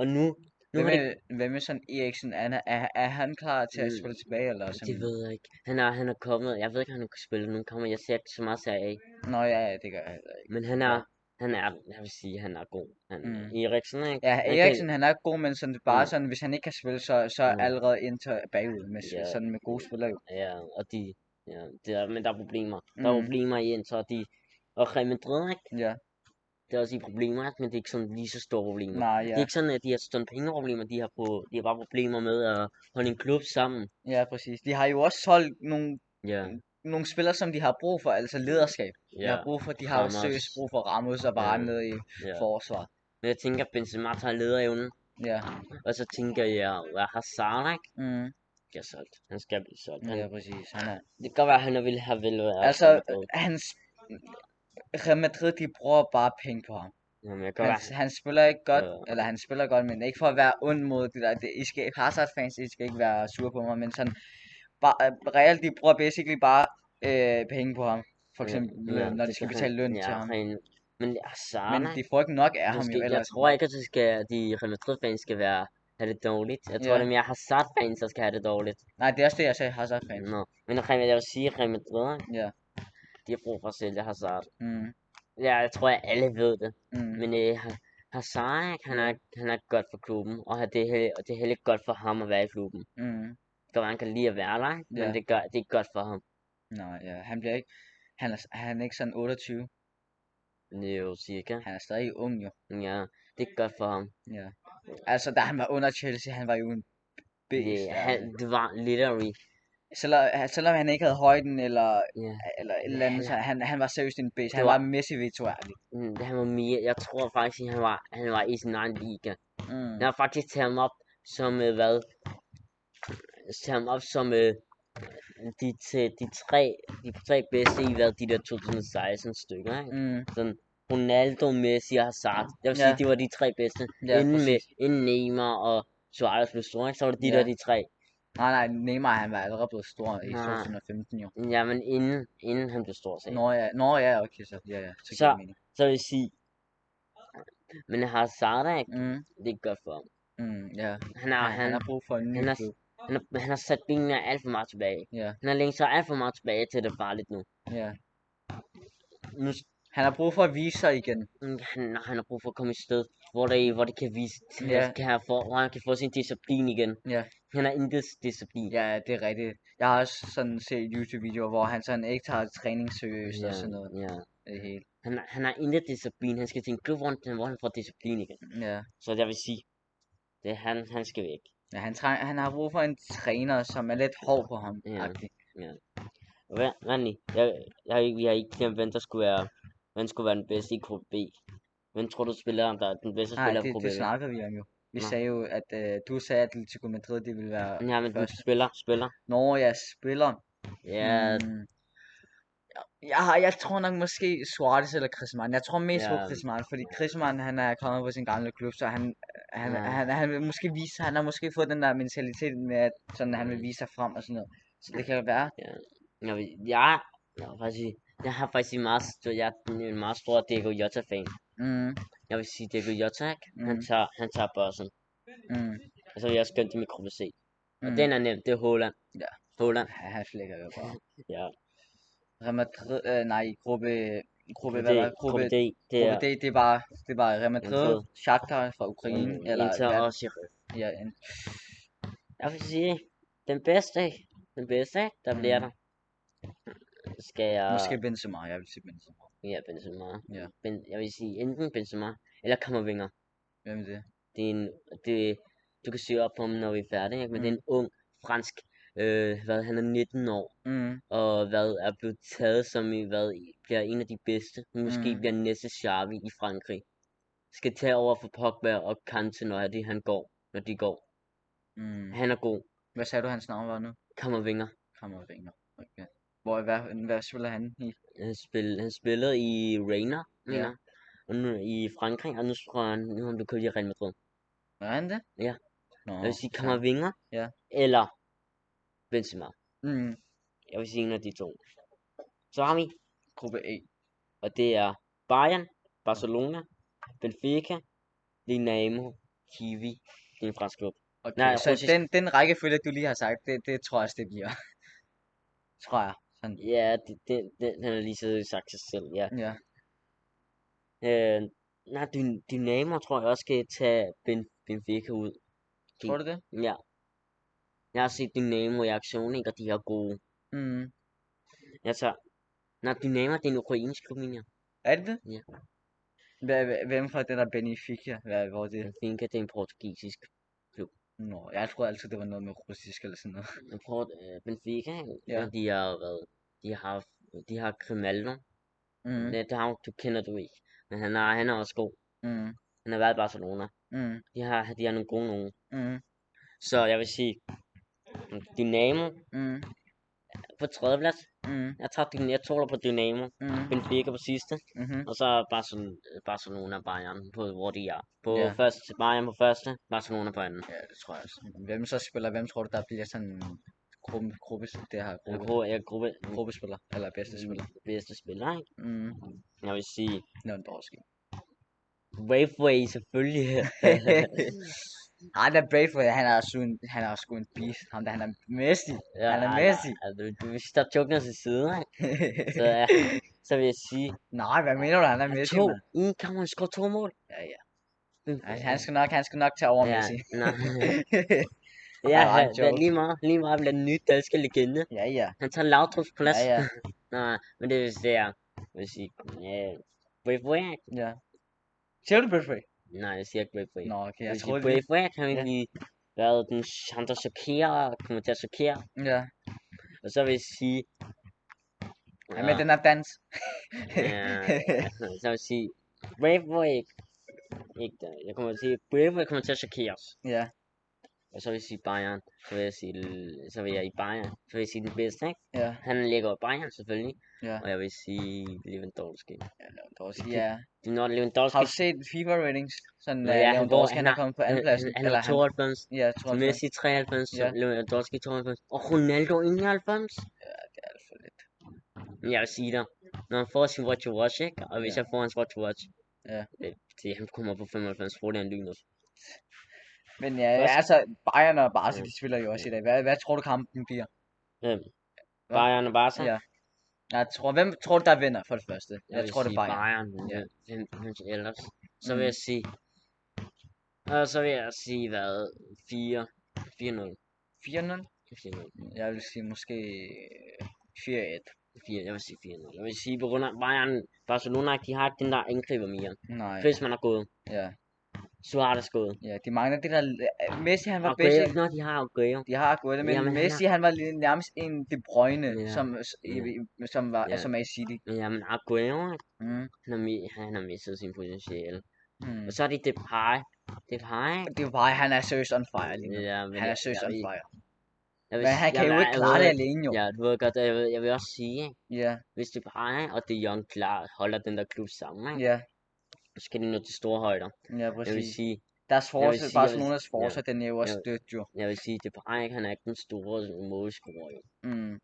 B: Og nu, nu
A: Hvem
B: har de,
A: er, hvem er sådan Eriksen? Er, han- er, er han klar til at
B: Mm,
A: spille tilbage, eller sådan?
B: det ved jeg ikke. Han er, han er kommet, jeg ved ikke, om han kan spille, nu kommer jeg ser ikke så meget serie af.
A: Nå ja, ja, det gør jeg heller ikke.
B: Men han
A: Ja.
B: er, han er, jeg vil sige, han er god. Han,
A: Mm.
B: mm. Eriksen, ikke?
A: Ja,
B: Han kan-
A: Eriksen han er god, men sådan, det er bare
B: Mm.
A: sådan, hvis han ikke kan spille, så, så er
B: Mm.
A: allerede Inter bagud med,
B: Ja.
A: sådan med gode spillere jo.
B: Ja, og de, ja, det er, men der er problemer. Der er
A: Mm.
B: problemer i Inter, og de, og Real Madrid, ikke?
A: Ja,
B: Det er også i problemer, ikke? men det er ikke sådan lige så store problemer.
A: nej,
B: Det
A: ja.
B: er ikke sådan, at de har sådan pengeproblemer, de har, på, de har bare problemer med at holde en klub sammen.
A: Ja, præcis. De har jo også solgt nogle,
B: Ja,
A: nogle spillere, som de har brug for, altså lederskab. De
B: ja,
A: har brug for, de har jo
B: Ramos.
A: seriøst brug for Ramos og Varane
B: Ja.
A: nede i
B: ja.
A: forsvar.
B: Men jeg tænker, at Benzema tager lederevnen,
A: Ja.
B: og så tænker jeg, at Hazard, ikke?
A: Mm.
B: Bliver solgt. Han skal blive solgt. Han,
A: Ja, præcis. Han er...
B: Det kan godt være, at han ville have vel været.
A: Altså,
B: Real Madrid.
A: Hans... Real Madrid, de bruger bare penge på ham.
B: Jamen, jeg kan
A: Han,
B: godt
A: han spiller ikke godt,
B: Øh.
A: eller han spiller godt, men ikke for at være ond mod det der. Det, I skal, Hazard-fans, I skal ikke være sure på mig, men sådan, bare, Real, de bruger basically bare øh, penge på ham. For
B: Ja,
A: eksempel, ja, når de
B: det
A: skal
B: kan-
A: betale løn
B: ja,
A: til ham.
B: Fan. Men ja, Sara,
A: Men de får ikke nok af ham
B: måske,
A: jo
B: jeg
A: ellers.
B: tror ikke, at de, skal, de Real Madrid-fans skal være have det dårligt. Jeg tror,
A: Ja.
B: det er mere Hazard-fans, der skal have det dårligt.
A: Nej, det er også det, jeg sagde, Hazard-fans.
B: Nå. Men Real- jeg vil sige, at Real Madrid,
A: Ja.
B: de har brug for at sælge Hazard.
A: Mm.
B: Ja, jeg tror, at alle ved det.
A: Mm.
B: Men øh, Ha- Hazard, ikke? han er, han er godt for klubben, og har det er heller, og det er heller ikke godt for ham at være i klubben.
A: Mm.
B: For han kan lide at være der, ikke? men
A: Ja.
B: det, gør, det er ikke godt for ham.
A: Nej, ja. Han bliver ikke... Han er, han er ikke sådan 28.
B: Men Det er jo cirka.
A: Han er stadig ung jo.
B: Ja, det er ikke godt for ham.
A: Ja. Altså, da han var under Chelsea, han var jo en beast.
B: Det,
A: altså.
B: han, det var literally.
A: Selvom, han- selvom han ikke havde højden eller,
B: Ja.
A: eller et eller andet,
B: Ja.
A: så han, han var seriøst en beast.
B: Det
A: Han
B: var-
A: var Messi virtuelt.
B: Mm, Han var mere, jeg tror faktisk, at han var, han var i sin egen liga.
A: Mm.
B: Jeg har faktisk taget ham op som, øh, hvad? Taget ham op som, øh, de, til, de, tre, de tre bedste i, hvad, de der 2016 stykker, ikke?
A: Mm.
B: Sådan, Ronaldo, Messi og Hazard. Jeg vil
A: Ja.
B: sige, de var de tre bedste.
A: Ja,
B: inden, med,
A: præcis.
B: inden Neymar og Suarez blev store, ikke? Så var det de
A: Ja.
B: der, de tre.
A: Nej, nej, Neymar han var allerede blevet stor i
B: Nej.
A: 2015 jo.
B: Ja, men inden, inden han blev stor, sagde jeg.
A: Nå ja, Nå, ja okay, så, ja, ja, så, giver
B: Så-
A: det mening.
B: Så vil jeg sige, men Hazard er ikke,
A: Mm.
B: det er ikke godt for ham.
A: Mm, ja.
B: Han har,
A: han, han
B: han,
A: har brug for en ny
B: han er-
A: klub.
B: Han har, han har sat benene alt for meget tilbage.
A: Ja.
B: Han har længt sig alt for meget tilbage til at det er farligt nu.
A: Ja.
B: Nu s-
A: Han har brug for at vise sig igen.
B: mm, han, han har brug for at komme et sted, hvor, det, hvor det kan vise,
A: Ja.
B: ja. kan have for, hvor han kan få sin disciplin igen.
A: Ja.
B: Han har intet disciplin.
A: Ja, det er rigtigt. Jeg har også sådan set YouTube-videoer, hvor han sådan ikke tager træning seriøst og sådan noget.
B: ja.
A: Det hele.
B: Han, har- han har intet disciplin. Han skal til en klub, hvor han, hvor han får disciplin igen.
A: Ja.
B: Så jeg vil sige, det er han, han skal væk.
A: ja han, træ... han har brug for en træner, som er lidt hård på ham.
B: Ja.
A: agtig.
B: Og Hvad, Rani, jeg, jeg, har ikke- jeg har ikke glemt, hvem der skulle være, hvem skulle være den bedste i gruppe B. Hvem tror du spiller, der er den bedste
A: Nej,
B: spiller i
A: det,
B: gruppe
A: det
B: B?
A: snakkede vi om jo. Vi
B: Nå.
A: sagde jo, at øh, du sagde, at Atletico Madrid, det ville være...
B: Ja, men den
A: først.
B: spiller, spiller.
A: Når jeg spiller...
B: Ja,
A: Mm, jeg, har, jeg tror nok måske Suarez eller Griezmann. Jeg tror mest på
B: Ja.
A: Griezmann, fordi Griezmann han er kommet på sin gamle klub, så han, han,
B: Ja.
A: han, han vil måske vise sig, han har måske fået den der mentalitet med, at sådan, han vil
B: Mm.
A: vise sig frem og sådan noget. Så det kan jo være.
B: jeg, ved- jeg, jeg, vil faktisk, sige- jeg har faktisk en meget, stor, jeg er en meget stor Diego Jota-fan.
A: Mm,
B: Jeg vil sige, Diego Jota, ikke? han
A: Mhm.
B: tager, han tager børsen.
A: mm,
B: Og så vil jeg også skønne det med gruppe C. Og
A: mm.
B: den er nem, det er Holland.
A: Ja.
B: Holland.
A: Ja, han flækker jo bare.
B: Ja.
A: Real Madrid, øh, nej, gruppe, gruppe,
B: Gruppe
A: hvad
B: D,
A: var det? gruppe,
B: gruppe D, det
A: gruppe
B: er
A: D, det er bare, det er bare Real Madrid,
B: Madrid.
A: Shakhtar fra Ukraine,
B: mm,
A: eller
B: Inter
A: hvad-
B: og Sheriff.
A: ja, en-
B: Jeg vil sige, den bedste, ikke? Den bedste, ikke? der bliver
A: Mhm.
B: der. Skal jeg...
A: måske Benzema, jeg vil sige Benzema.
B: Ja, Benzema.
A: Ja.
B: Ben, jeg vil sige, enten Benzema eller Kammervinger.
A: Hvem er det?
B: Det er en, det, du kan søge op på ham, når vi er færdige, ikke? men mm. det er en ung fransk, øh, hvad, han er 19 år,
A: Mm,
B: og hvad, er blevet taget som i, hvad, i- bliver en af de bedste, måske
A: Mm.
B: mm. bliver næste Xavi i Frankrig. Skal tage over for Pogba og Kante, når det han går, når de går.
A: mm.
B: Han er god,
A: Hvad sagde du, hans navn var nu?
B: kommer vinger.
A: Kammeringer. Okay. Hvor, hvad, hvad spiller han i?
B: Han, spil, han spillede i Reiner,
A: Ja.
B: mener, jeg, og nu i Frankrig, og nu tror han, nu er han blevet købt i Real Madrid.
A: Gør han det?
B: Ja.
A: Nå,
B: Jeg vil sige,
A: ja.
B: Kammervinger,
A: Ja.
B: eller Benzema.
A: Mm,
B: Jeg vil sige en af de to. Så har vi
A: gruppe E.
B: og det er Bayern, Barcelona, Benfica, Dinamo, Kiwi. Det er en fransk klub.
A: Okay,
B: Nej,
A: Nej,
B: jeg
A: så
B: tror sidst-
A: den, den rækkefølge, du lige har sagt, det, det tror jeg også, det bliver. tror jeg. Sådan.
B: Ja, det, det, det, den har lige siddet sagt sig selv, ja.
A: Ja.
B: Øh, nej, Dyn- Dynamo tror jeg også skal tage ben, Benfica ud.
A: Tror du det?
B: Ja. Jeg har set Dynamo i aktion, ikke? Og de er gode.
A: Mm.
B: Jeg tager... Nej, Dynamo det er en ukrainsk klub, mener jeg.
A: Er det det?
B: Ja.
A: Hvad- hvad- Hvem fra den der Benfica? Hvad, hvor er det?
B: Benfica det er en portugisisk.
A: Nå, jeg troede altid, det var noget med russisk eller sådan noget.
B: Men Port, øh, Benfica,
A: Ja.
B: ja. de har været... De har, de har Grimaldo,
A: Mm,
B: Mm. Det har, du kender du ikke. Men han er, han er også god.
A: mm,
B: Han har været i Barcelona.
A: mm,
B: De har, de har nogle gode nogen.
A: mm,
B: Så jeg vil sige, Dynamo,
A: mm.
B: på tredjeplads.
A: Mm,
B: Jeg tager din, jeg tåler på Dynamo.
A: mm,
B: Benfica på sidste.
A: mm,
B: Og så Barcelona, Barcelona og Bayern på, hvor de er. På
A: Ja.
B: yeah. første, Bayern på første, Barcelona på anden.
A: ja, det tror jeg også. Hvem så spiller, hvem tror du, der bliver sådan gruppe, gruppe, det her
B: Jeg
A: gruppe,
B: gruppe, jeg gruppe,
A: gruppespiller, eller bedste
B: Mm.
A: spiller?
B: bedste spiller, ikke?
A: Mm,
B: Jeg vil sige,
A: Lewandowski.
B: Waveway selvfølgelig.
A: Ej, der Braithwaite, han er sgu en, han er sgu en beast. Ham der, han er Messi.
B: Ja,
A: Han er
B: ej,
A: Messi.
B: ej, du, du vil stoppe jokene til side, ikke? Så, ja, så vil jeg sige,
A: Nej, hvad mener du, han er Messi?
B: to,
A: mand?
B: i en kamp, han scorer to mål.
A: Ja, ja.
B: Mm.
A: Altså, han skal nok, han skal nok tage over
B: ja,
A: Messi.
B: nej.
A: Ej,
B: ja,
A: ej,
B: han,
A: joke.
B: lige meget, lige meget om den nye danske legende.
A: ja, ja.
B: Han tager Laudrup's plads.
A: Ja, ja.
B: Nej, men det vil sige, jeg vil sige, ja, Braithwaite.
A: ja. Ser du Braithwaite?
B: Nej, jeg siger ikke Braithwaite.
A: Nå, okay, jeg
B: jeg
A: troede
B: tror,
A: det.
B: Braithwaite har
A: Ja.
B: egentlig været den, han der chokerer, kommer til at chokere.
A: Ja.
B: Og så vil jeg sige...
A: Han med den her dans.
B: ja, så vil jeg sige, Braithwaite, ikke der. Jeg kommer til at sige, Braithwaite kommer til at chokere os.
A: ja.
B: Og så vil jeg sige Bayern, så vil jeg sige, l- så vil jeg i Bayern, så vil jeg sige den bedste, ikke?
A: Ja.
B: Han ligger i Bayern selvfølgelig,
A: Ja.
B: og jeg vil sige Lewandowski.
A: Ja, Lewandowski, ja.
B: Det er når Lewandowski
A: Har du set FIFA ratings? Sådan,
B: Nå,
A: ja,
B: ja, han går-
A: Lewandowski,
B: han
A: han er
B: har-
A: kommet på andenpladsen.
B: Han, han
A: Eller
B: er 92,
A: Ja, jeg tror
B: han,
A: også,
B: Messi 93,
A: Ja.
B: ja. Lewandowski 92, og Ronaldo 91.
A: det er alt for lidt.
B: Men Jeg vil sige dig, når han får sin watch to watch, eh, ikke? Og hvis
A: Ja.
B: ja. jeg får hans watch to watch,
A: Ja.
B: øh, det, han kommer på 95, hvor det er en lyner.
A: Men ja,
B: Først-
A: altså, Bayern og Barca,
B: Ja.
A: de spiller jo også i dag. Hvad, hvad tror du kampen bliver? Hvad?
B: Bayern og Barca.
A: Ja. Jeg tror, hvem tror du, der vinder for det første? Jeg,
B: vil
A: tror, det er
B: sige
A: Bayern.
B: Bayern.
A: Ja.
B: Ja. Hvem, hvem ellers? Så
A: Mm.
B: vil jeg sige... Og så vil jeg sige, hvad? 4... 4-0.
A: 4-0?
B: 4-0.
A: Jeg vil sige måske 4-1.
B: 4, jeg vil sige 4-0. Jeg vil sige, på grund af Bayern, Barcelona, de har ikke den der angriber mere.
A: Nej.
B: Hvis man har gået.
A: Ja,
B: Suarez er gået.
A: ja, de mangler det der... Messi, han var
B: Og
A: bedst.
B: Når de har Aguero.
A: De har Aguero, men
B: Jamen, han
A: Messi, han var lige nærmest en De Bruyne,
B: Ja.
A: som, i, i- som var
B: Ja.
A: som er i City.
B: Jamen, Aguero,
A: Mm.
B: han har, mi- han har mistet sin potentiale.
A: Mm.
B: Og så er det Depay. Depay.
A: Det er jo bare, han er seriøst on fire lige nu.
B: Ja, men
A: Han er
B: jeg-
A: seriøst
B: jeg
A: on
B: vil-
A: fire.
B: jeg vil
A: Men
B: s-
A: han
B: jeg
A: kan jo
B: vil-
A: ikke
B: jeg
A: klare
B: ved-
A: det alene, jo.
B: Ja, du ved godt, og jeg vil, jeg vil også sige, ikke?
A: Ja,
B: hvis det bare er, og det er Young klar holder den der klub sammen, ikke?
A: ja,
B: så kan de nå til store højder.
A: ja,
B: Jeg vil
A: præcis.
B: sige,
A: Deres
B: sige,
A: forsvar,
B: jeg vil-
A: Barcelona's forsvar, den er jo også
B: Jeg-
A: dødt, jo.
B: jeg vil sige, det bare ikke, han er ikke den store øh, målscorer. Jo.
A: Mm.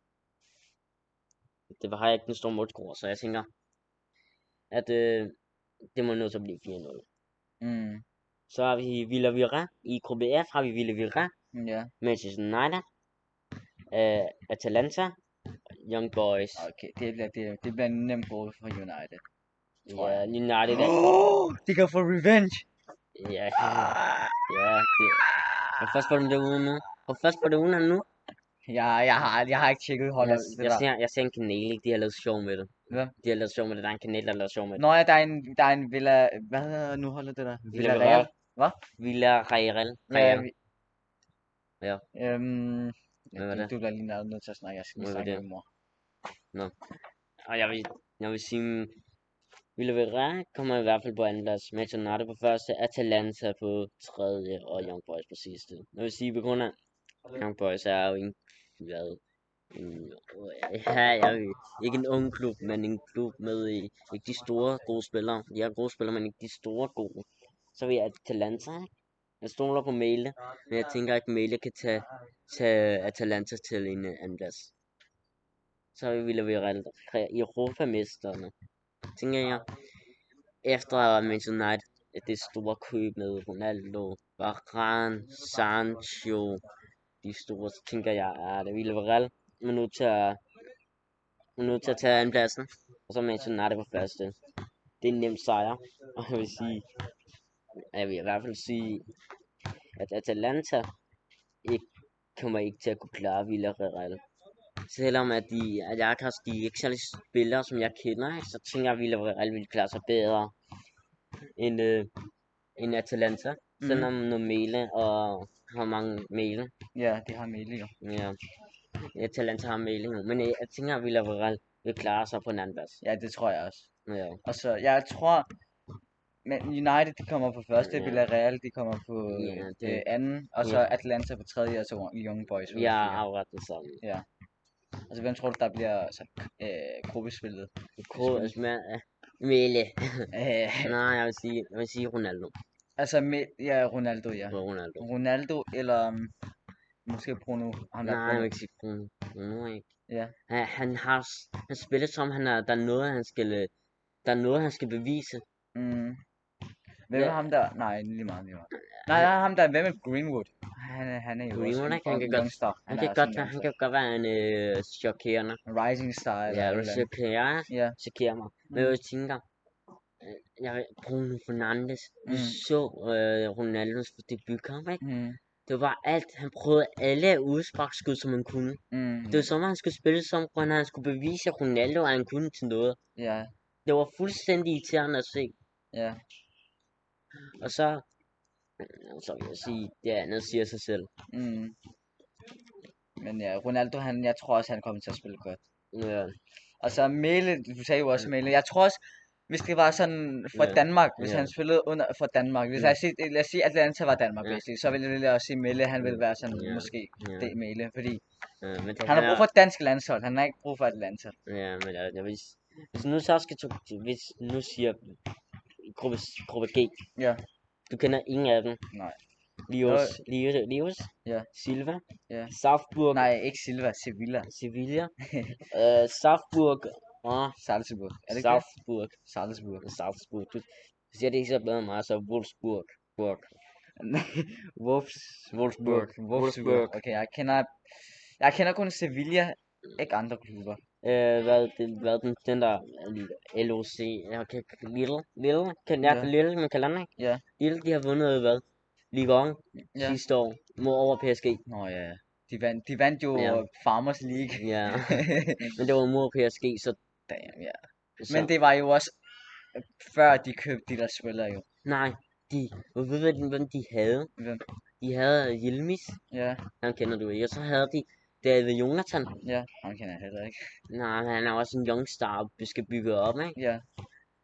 B: Det var ikke den store målscorer, så jeg tænker, at øh, det må nå til at blive 4-0.
A: Mm.
B: Så har vi Villavira. I gruppe F har vi Villavira,
A: Ja,
B: Manchester United, øh, Atalanta, Young Boys.
A: okay. Det bliver, det, det bliver en nem goal for United. tror
B: Ja,
A: jeg.
B: United.
A: Oh, de kan få revenge.
B: Ja, ja. Det. Og først var det ude nu. Og først var det ude nu.
A: Ja, jeg har, jeg har ikke tjekket holdet. Yes,
B: Jeg, jeg, ser, jeg ser en kanal, ikke? De har lavet sjov med det.
A: Hvem?
B: De har lavet sjov med det. Der er en kanal, der har lavet sjov med det.
A: Nå ja, der er en, der er en Villa... Hvad hedder nu holdet det der?
B: Villarreal.
A: Hvad?
B: Villa Real.
A: Ja,
B: Real.
A: Øh, vi...
B: Ja.
A: Øhm... Ja,
B: Hvad var
A: du,
B: det?
A: du bliver lige nødt nødt til at snakke. Jeg skal lige
B: Hvad var
A: snakke
B: det?
A: med min mor.
B: Og jeg vil, jeg vil sige, Villa Real kommer i hvert fald på anden plads. Manchester United på første, Atalanta på tredje og Young Boys på sidste. Jeg vil sige, på grund af Young Boys er jo en, hvad, en, ja, jeg vil, ikke en ung klub, men en klub med i, ikke de store gode spillere. De har gode spillere, men ikke de store gode. Så vil jeg Atalanta, ikke? jeg stoler på Mele, men jeg tænker, at Mele kan tage, tage Atalanta til en øh, anden plads. Så ville vi være Europamesterne. Tænker jeg, efter Manchester United, at det store køb med Ronaldo, Varane, Sancho, de store, så tænker jeg, at det ville være men nu til at, man er nødt til at tage andenpladsen, og så Manchester United på første. Det er en nem sejr, og jeg vil sige, jeg vil i hvert fald sige, at Atalanta ikke, kommer ikke til at kunne klare Villarreal. Selvom at, de, at jeg ikke har de er ikke særlig spillere, som jeg kender, ikke, så tænker jeg, at Villarreal ville klare sig bedre end, øh, end Atalanta.
A: Mhm.
B: Selvom Nomele og har mange Mele.
A: Ja, det har Mille jo.
B: Ja. Atalanta har Mele nu. Men øh, jeg, jeg tænker, at Villarreal vil klare sig på en anden plads.
A: Ja, det tror jeg også.
B: Ja.
A: Og så, jeg tror... Men United, de kommer på første,
B: Ja.
A: Villarreal, de kommer på
B: Ja,
A: øh,
B: det-
A: anden, og så
B: Ja.
A: Atlanta på tredje, og så Young Boys. på
B: Jeg
A: fjerde.
B: har ret det samme.
A: Ja. Altså, hvem tror du, der bliver så, øh, gruppespillet?
B: Kroos, men... Mele.
A: Øh,
B: Nej, jeg vil sige, jeg vil sige Ronaldo.
A: altså, med, ja, Ronaldo, ja.
B: Hvor Ronaldo?
A: Ronaldo eller um, måske Bruno. Han der
B: Nej, jeg
A: Bruno.
B: vil ikke sige Bruno. Bruno ikke.
A: Ja.
B: Han, han har s- han spiller som han er, der er noget han skal øh, der er noget han skal bevise.
A: Mm. Hvem
B: Ja.
A: er ham der? Nej, lige meget, lige meget. Nej, der er ham der. Hvem er Greenwood? Han, er- han er jo også
B: Greenwood,
A: en
B: ikke? Han kan
A: fucking
B: godt-
A: youngster.
B: Han
A: er
B: kan
A: også en
B: godt være, han
A: youngster.
B: kan godt være en øh, chokerende.
A: Rising star eller
B: Ja,
A: et
B: du
A: eller andet.
B: chokerer,
A: Ja. Mm.
B: chokerer mig. Men jeg tænker, øh, jeg ved, Bruno Fernandes, vi
A: Mm.
B: så øh, Ronaldos debutkamp, ikke?
A: Mm.
B: Det var bare alt. Han prøvede alle udsparkskud, som han kunne.
A: Mm.
B: Det var som, om, han skulle spille som, Ronaldo. han skulle bevise, at Ronaldo er en kunde til noget.
A: Ja,
B: Det var fuldstændig irriterende at se.
A: ja.
B: Og så, øh, så vil jeg sige, det andet siger sig selv.
A: Mm. Men ja, Ronaldo, han, jeg tror også, han kommer til at spille godt.
B: Ja,
A: Og så Mæle, du sagde jo også Mæle. Jeg tror også, hvis det var sådan for
B: Ja.
A: Danmark, hvis
B: Ja.
A: han spillede under for Danmark, hvis
B: Mm.
A: jeg siger, lad os sige, at Atlanta var Danmark,
B: Ja.
A: basically, så ville jeg også sige Mæle, han ville
B: Mm.
A: være sådan
B: Ja.
A: måske
B: ja,
A: det Mæle, fordi
B: ja, men det,
A: han har brug for et dansk landshold, han har ikke brug for et landshold.
B: Ja, men jeg, jeg hvis, hvis nu så skal to, hvis nu siger gruppe, s- gruppe G.
A: Ja.
B: Du kender ingen af dem.
A: Nej.
B: Lios, Lios, Lios,
A: Ja.
B: Silva,
A: Ja.
B: Salzburg,
A: Nej, ikke Silva, Sevilla,
B: Sevilla, øh, Salzburg og
A: Salzburg. Er det ikke det?
B: Salzburg,
A: Salzburg.
B: Salzburg. Du siger det ikke så bedre end mig, så Wolfsburg. Burg.
A: Wolfs,
B: Wolfsburg.
A: Wolfsburg. Okay, jeg kender, jeg kender kun Sevilla, ikke andre klubber.
B: Øh, hvad, det, hvad den, den der øh, LOC, jeg kan ikke- Lille, Lille, kan jeg
A: Ja.
B: kan Lille, men kan lande, ikke?
A: Ja.
B: Lille, de har vundet, hvad? Ligue 1 ja. sidste år, mod over PSG.
A: Nå ja, de vandt, de vandt jo
B: Ja.
A: øh, Farmers League.
B: Ja, men det var mod PSG, så...
A: Damn, ja.
B: så
A: Men det var jo også øh, før de købte de der spillere jo.
B: Nej, de... Og ved du, hvem de havde?
A: Hvem?
B: De havde Yilmiz,
A: Ja,
B: han kender du ikke, og så havde de David Jonathan.
A: ja. Han kender jeg heller ikke.
B: Nej, han er også en youngstar, vi skal bygge op, ikke?
A: Ja.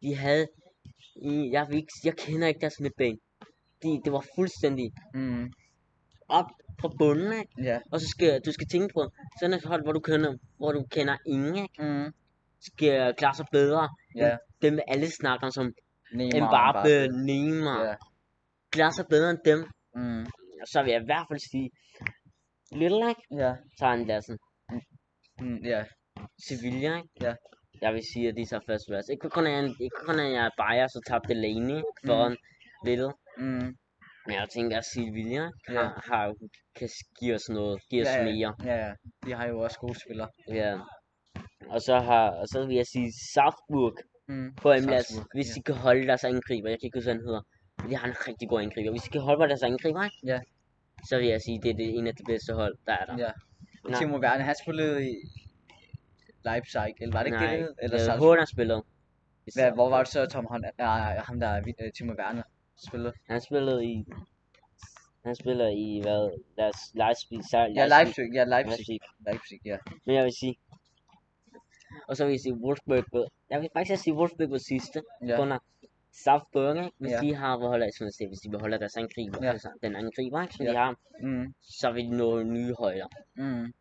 B: de havde... I, jeg, ved ikke, jeg kender ikke deres midtbane. De, det var fuldstændig
A: Mm,
B: op fra bunden, ikke?
A: ja.
B: Og så skal du skal tænke på, sådan et hold, hvor du kender, hvor du kender ingen, ikke?
A: Mm,
B: skal klare sig bedre.
A: ja.
B: Dem alle snakker om, som
A: Neymar,
B: Mbappe, Neymar,
A: Ja.
B: klare sig bedre end dem.
A: Mm,
B: Og så vil jeg i hvert fald sige, Little ikke?
A: ja.
B: tager en pladsen.
A: Mm, ja.
B: Sevilla, ikke?
A: Ja.
B: Jeg vil sige, at de tager først plads. Ikke kun at jeg, ikke kun at jeg er Bayer, så tabte Laney foran Little.
A: Mm,
B: Men jeg tænker, at Silvia
A: Ja.
B: har, har, kan give os noget, give os
A: ja, ja.
B: mere.
A: ja, ja. De har jo også gode spillere.
B: Ja. Og så, har, og så vil jeg sige Salzburg
A: Mm,
B: på en plads,
A: Salzburg,
B: hvis
A: ja.
B: de kan holde deres angriber. Jeg kan ikke huske, hvad han hedder. Men de har en rigtig god angriber. Hvis de kan holde deres angriber, ikke?
A: Ja.
B: så vil jeg sige, det er det en af de bedste hold, der er der.
A: Ja.
B: Nej.
A: Timo Werner, han spillede i Leipzig, eller var det ikke
B: Nej,
A: det, det, hed? eller
B: øh,
A: Salzburg?
B: Horn har spillet. i
A: Hvad, hvor var
B: Salzburg.
A: det så, Tom Hånd, nej, nej, ham der er vi- øh, Timo Werner spillede?
B: Han spillede i... Han spiller i, hvad? Deres Leipzig. Leipzig.
A: Ja, Leipzig, ja, Leipzig,
B: Leipzig.
A: Leipzig, ja.
B: Men jeg vil sige... Og så vil jeg sige Wolfsburg blev... Jeg vil faktisk sige Wolfsburg var sidste.
A: Ja,
B: Ja. Under Southburg, ikke? Hvis
A: Ja.
B: ja. de har beholder, som jeg siger, hvis de beholder deres angriber,
A: Ja.
B: ja. altså den angriber, ikke, som
A: Ja.
B: ja. de har,
A: mm,
B: så vil de nå nye højder.
A: mm,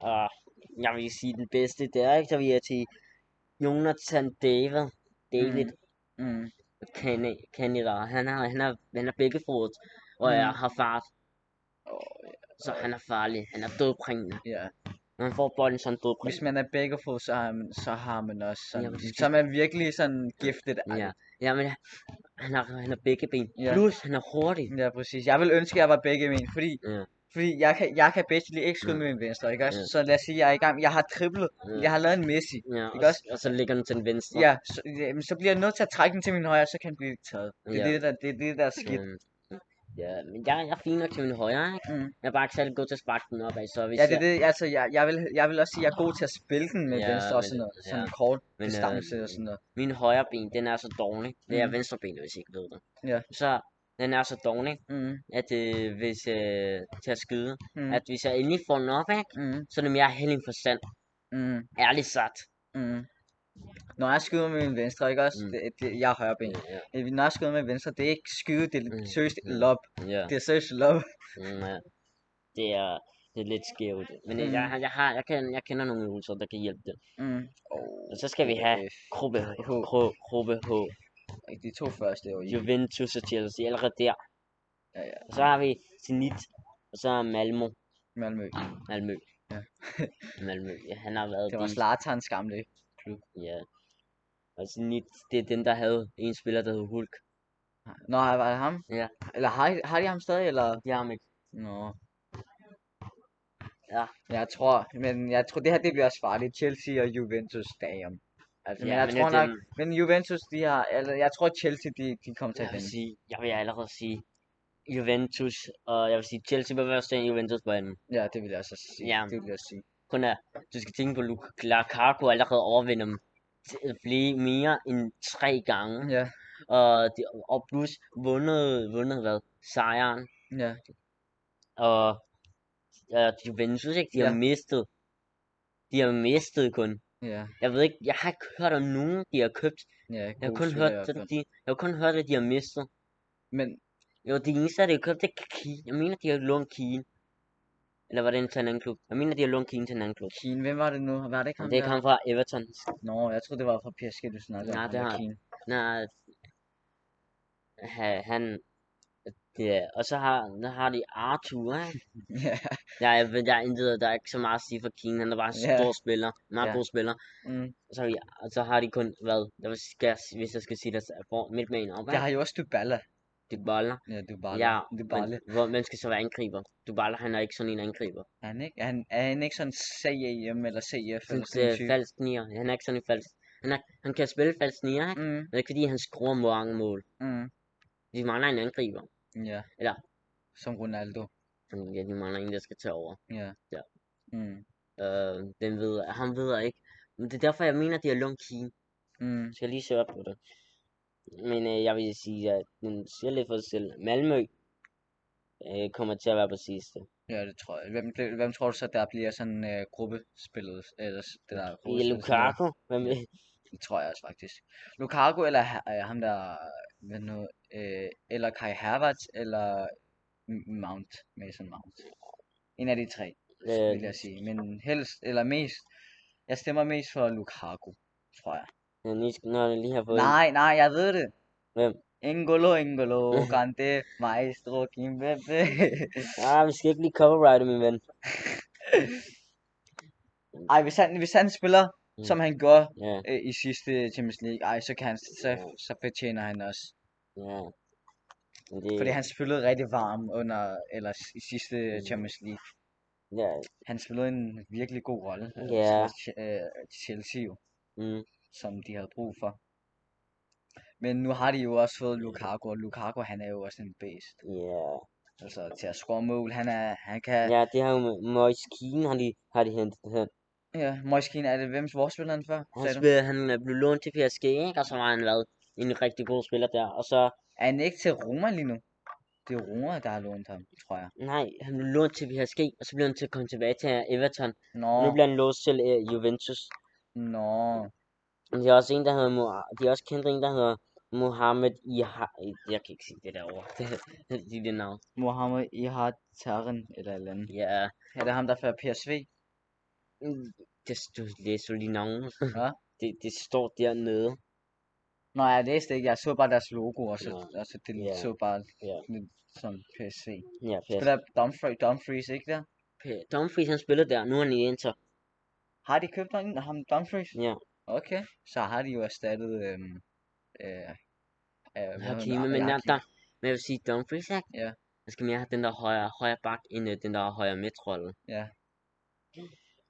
B: Og jeg vil sige den bedste der, ikke? Så vil jeg til Jonathan David. David
A: mm,
B: mm. Canada. Han har, han har, han har begge fod, og
A: Mm.
B: mm. jeg har fart.
A: Åh,
B: Så han er farlig. Han er dødbringende.
A: ja.
B: Når han får bolden, så er han
A: Hvis
B: dødbringende.
A: man er begge fod, så har man, så har man også sådan,
B: Jamen, det
A: så er man virkelig sådan giftet.
B: Ja. ja, men han har, han har begge ben.
A: Ja.
B: Ja. Plus, han er hurtig.
A: ja, præcis. Jeg vil ønske, at jeg var begge men, fordi,
B: Ja.
A: fordi jeg kan, jeg kan basically ikke skyde med min venstre, ikke også?
B: Ja.
A: Så lad os sige, jeg er i gang. Jeg har triplet.
B: Ja.
A: Jeg har lavet en Messi.
B: Ja,
A: Ikke
B: og,
A: også?
B: s- og så ligger den til den venstre.
A: Ja, så, jamen, så bliver jeg nødt til at trække den til min højre, så kan den blive taget. Det er
B: Ja.
A: det, der, det, er det der er skidt.
B: Øhm, Ja, men jeg, jeg er fin nok til min højre, ikke?
A: Mm.
B: Jeg er bare ikke særlig god til at sparke den opad, så hvis
A: Ja, det er
B: jeg...
A: det. Altså, jeg, jeg, vil, jeg vil også sige, at jeg er god til at spille den med
B: Ja,
A: venstre og
B: men-
A: sådan noget.
B: ja.
A: Sådan en kort
B: Men, øh,
A: distance og sådan noget.
B: Min højre ben, den er så dårlig. Det er
A: Mm.
B: venstre ben, hvis I ikke ved det.
A: Ja.
B: Så den er så dårlig,
A: Mm,
B: at øh, hvis øh, til at skyde,
A: mm,
B: at hvis jeg endelig får den opad,
A: mm,
B: så er det mere held end forstand.
A: mm.
B: Ærligt sagt.
A: Mm. Når jeg skyder med min venstre, ikke også? Mm.
B: Mm.
A: Det, det, jeg er højre ben.
B: Ja.
A: Mm. Når jeg skyder med min venstre, det er ikke skyde, det er
B: Mm.
A: seriøst
B: Mm.
A: lob.
B: ja.
A: Det er seriøst lob.
B: Mm, ja. Det er... Det er lidt skævt. Men mm.
A: Mm.
B: jeg, jeg, har, jeg, kan, jeg kender nogle øvelser, der kan hjælpe det.
A: Mm.
B: Og så skal vi have
A: Øh,
B: gruppe H.
A: H.
B: Gru- Gruppe H.
A: de to første år i.
B: Juventus og Chelsea allerede der.
A: Ja, ja.
B: Og så har vi Zenit. Og så Malmo.
A: Malmø.
B: Malmø.
A: Ja.
B: Malmø. Ja, han har været
A: Det var
B: de-
A: Zlatans gamle.
B: Ja. Og Zenit, det er den, der havde en spiller, der hed Hulk.
A: Nå, var det ham?
B: Ja.
A: Eller har, har de ham stadig, eller?
B: Det har ham ikke.
A: Nå.
B: Ja.
A: Jeg tror, men jeg tror, det her det bliver også farligt. Chelsea og Juventus damn. Altså, ja, men jeg men tror
B: det er
A: nok,
B: dem-
A: men Juventus, de har, eller jeg tror Chelsea, de, de kommer til
B: Jeg
A: at
B: vil
A: vinde.
B: sige, jeg vil allerede sige Juventus, og jeg vil sige Chelsea på første og Juventus på anden.
A: Ja, det vil jeg så sige.
B: Ja.
A: Det vil jeg sige.
B: Kun er, du skal tænke på, Luk- Lukaku allerede overvinder dem til at blive mere end tre gange.
A: Ja,
B: Og, de, og plus vundet, vundet hvad? Sejren.
A: ja.
B: Og, og Juventus, ikke? De har
A: Ja.
B: mistet. De har mistet kun.
A: Ja,
B: Jeg ved ikke, jeg har ikke hørt om nogen, de har købt.
A: ja.
B: Jeg har
A: gode
B: kun
A: spillere i
B: hørt,
A: hvert
B: at
A: fald.
B: de, jeg har kun hørt, at de har mistet.
A: Men
B: Jo, det eneste, de har købt, det er Kien. Jeg mener, de har lånt Kien. Eller var det en til en anden klub? Jeg mener, de har lånt Kien til en anden klub.
A: Keane, hvem var det nu? Var det ikke
B: Og
A: ham
B: det kom fra Everton.
A: Nå, jeg troede, det var fra PSG, du snakkede
B: Nej,
A: om. ham
B: det
A: der
B: har-
A: Keane.
B: Nej, ha- han... Ja, og så har, så har de Arthur, ikke?
A: Ja.
B: Ja, jeg ved, der er intet, der er ikke så meget at sige for Kien. Han er bare en
A: Ja.
B: stor spiller. Meget
A: Ja.
B: god spiller.
A: Mm.
B: Og så, har de- og så har de kun, hvad? Jeg vil- skal, hvis jeg skal sige det, så er for midt med en op,
A: Jeg
B: ikke?
A: har jo også Dybala.
B: Det baller.
A: Ja, Dybala.
B: Ja,
A: Dybala.
B: men hvor, man skal så være angriber. Du baller, han er ikke sådan en angriber.
A: Er han ikke, er han, er han ikke sådan CEM eller CF
B: sådan
A: eller sådan en
B: øh,
A: type?
B: falsk nier. Han er ikke sådan en falsk. Han, er, han kan spille falsk nier, ikke?
A: Mm,
B: Men det er ikke fordi, han skruer mange mål.
A: mm.
B: De mangler en angriber.
A: Ja.
B: Eller-
A: Som Ronaldo.
B: Sådan, Ja, de mangler en, der skal tage over.
A: Ja.
B: Ja.
A: Mm.
B: Øh, den ved, han ved jeg ikke. Men det er derfor, jeg mener, at de har lånt Keen.
A: Mm.
B: Jeg skal lige se op på det. Men øh, jeg vil sige, at den siger lidt for sig selv. Malmø øh, kommer til at være på sidste.
A: Ja, det tror jeg. Hvem, blev- hvem tror du så, der bliver sådan øh, gruppespillet? Eller s- det der
B: I
A: gruppespil, sådan noget?
B: Lukaku, hvem ved?
A: Det tror jeg også faktisk. Lukaku eller ha- øh, ham der... Hvad nu? Øh, eller Kai Havertz eller M- Mount. Mason Mount. En af de tre,
B: Øh,
A: vil jeg sige. Men helst, eller mest... Jeg stemmer mest for Lukaku, tror jeg.
B: jeg lige skal, når jeg lige har fået en-
A: Nej, nej, jeg ved det.
B: Hvem?
A: N'Golo, N'Golo, Kante, Maestro, Kimpembe.
B: Ah, vi skal ikke lige copyrighte, min ven.
A: Ej, hvis han, hvis han spiller,
B: Mm.
A: mm. som han gjorde
B: Ja,
A: øh, i sidste Champions League, ej, så, kan han, så,
B: Ja.
A: så betjener han også.
B: ja. Men det,
A: Fordi han spillede rigtig varm under, eller s- i sidste
B: Mm.
A: mm. Champions League.
B: ja,
A: Han spillede en virkelig god rolle øh, til
B: Ja.
A: Ch- øh, Chelsea, jo,
B: mm.
A: som de havde brug for. Men nu har de jo også fået Lukaku, og Lukaku han er jo også en base.
B: Ja,
A: Altså til at score mål, han, er, han kan... Ja,
B: ja det har jo Mo- Moise Keane, har de, har de hentet her.
A: ja Moiskin, er det hvem, hvor spillede han før?
B: Han,
A: sagde du?
B: spillede, han er blevet lånt til PSG, ikke? og så var han været en rigtig god spiller der. Og så,
A: Er han ikke til Roma lige nu? Det er Roma, der har lånt ham, tror jeg.
B: nej, han blev lånt til PSG, og så blev han til at komme tilbage til Everton.
A: Nå,
B: Nu bliver han låst til uh, Juventus.
A: nå.
B: Men de har også en, der hedder, Mo- de har også kendt en, der hedder Mohamed Iha... Jeg kan ikke sige det der ord. Det, det, det navn.
A: Mohamed Ihad Taren, eller et eller andet.
B: Ja,
A: Er det ham, der fører PSV?
B: mm, det, du læser lige navnet.
A: Hvad?
B: Det, det står dernede.
A: Nå, jeg læste ikke. Jeg så bare deres logo, og så,
B: Nå.
A: og så det
B: Ja.
A: så bare
B: Ja.
A: lidt som PSV.
B: Ja, PSG.
A: Spiller Dumfries, Dumfries ikke der?
B: Dumfries, han spiller der. Nu er han i Inter.
A: Har de købt nogen, ham Dumfries?
B: Ja.
A: Okay, så har de jo erstattet... Øhm, øh, øh, hvad hedder
B: Hakimi,
A: han?
B: men, der,
A: Hakim.
B: der, men jeg vil sige, Dumfries, ikke?
A: Ja.
B: Han skal mere have den der højre, højre bak, end øh, den der højre midtrolle.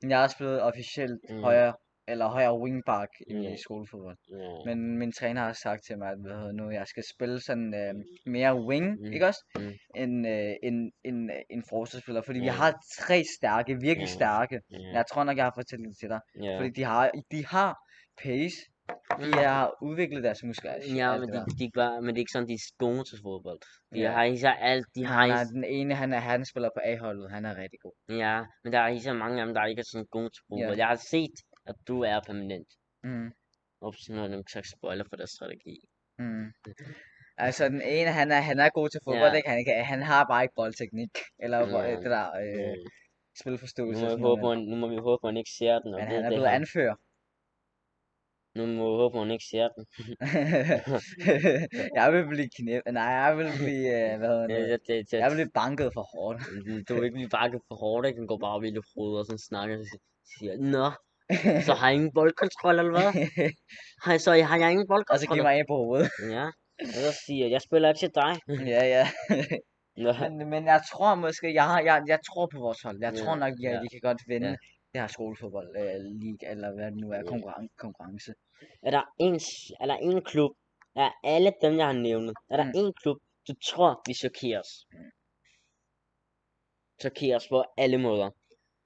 A: Men Jeg har også blevet officielt
B: Mm.
A: højre, eller højre wingback i
B: Ja.
A: skolefodbold.
B: Ja.
A: Men min træner har sagt til mig, at hvad hedder det nu, jeg skal spille sådan øh, mere wing,
B: Mm.
A: mm. ikke også?
B: Mm.
A: End øh, en, en, øh, en forsvarsspiller. Fordi vi
B: Ja.
A: har tre stærke, virkelig
B: Ja.
A: stærke.
B: Ja.
A: Jeg tror nok, jeg har fortalt det til dig.
B: Mm. Ja.
A: Fordi de har, de har pace.
B: Mm.
A: De har udviklet deres muskler. og shit,
B: ja,
A: alt
B: men
A: det
B: de,
A: der.
B: de, er ikke bare, men det er ikke sådan, de er gode til fodbold. De
A: Ja.
B: har især alt, de har
A: Nej,
B: især,
A: den ene, han, er, han spiller på A-holdet. Han er rigtig god.
B: ja, men der er især mange af dem, der ikke er sådan gode til fodbold. Jeg har set, at du er permanent.
A: Mm.
B: Ups, nu er jeg nemlig sagt spoiler for deres strategi.
A: Mm. Altså, den ene, han er, han er god til fodbold,
B: Ja.
A: ikke? Han, kan, han har bare ikke boldteknik. Eller hvor-
B: Ja.
A: øh, det der... Øh,
B: Mm. Nu
A: spilforståelse.
B: må,
A: og
B: vi
A: sådan
B: håbe,
A: noget,
B: hun, nu må vi håbe, hun ikke ser den.
A: men,
B: og
A: men
B: ved
A: han er
B: det
A: blevet
B: her.
A: anfører.
B: Nu må vi håbe, hun ikke ser den.
A: jeg vil blive knæb... Nej, jeg vil blive... Øh, hvad hedder
B: Det,
A: det?
B: det, det, det,
A: Jeg vil blive banket for hårdt.
B: du vil ikke blive bakket for hårdt, ikke? Den går bare op i det hoved og sådan snakker. Så siger, jeg, Nå, så har jeg ingen boldkontrol, eller hvad? Har jeg, så har jeg ingen
A: og så
B: boldkontrol?
A: giver mig en på hovedet.
B: Ja. Og så siger jeg, jeg spiller ikke til dig.
A: ja, ja.
B: Nå.
A: Men, men jeg tror måske... Jeg, har, jeg, jeg tror på vores hold. Jeg
B: Ja,
A: tror nok, at
B: ja,
A: vi kan godt vinde
B: ja.
A: det her skolefodbold øh, league, eller hvad det nu er,
B: Ja.
A: konkurren- konkurrence.
B: Er der en, s- er der en klub, af alle dem, jeg har nævnt, er der
A: Mm.
B: en klub, du tror, vi chokerer os? Chokerer os på alle måder.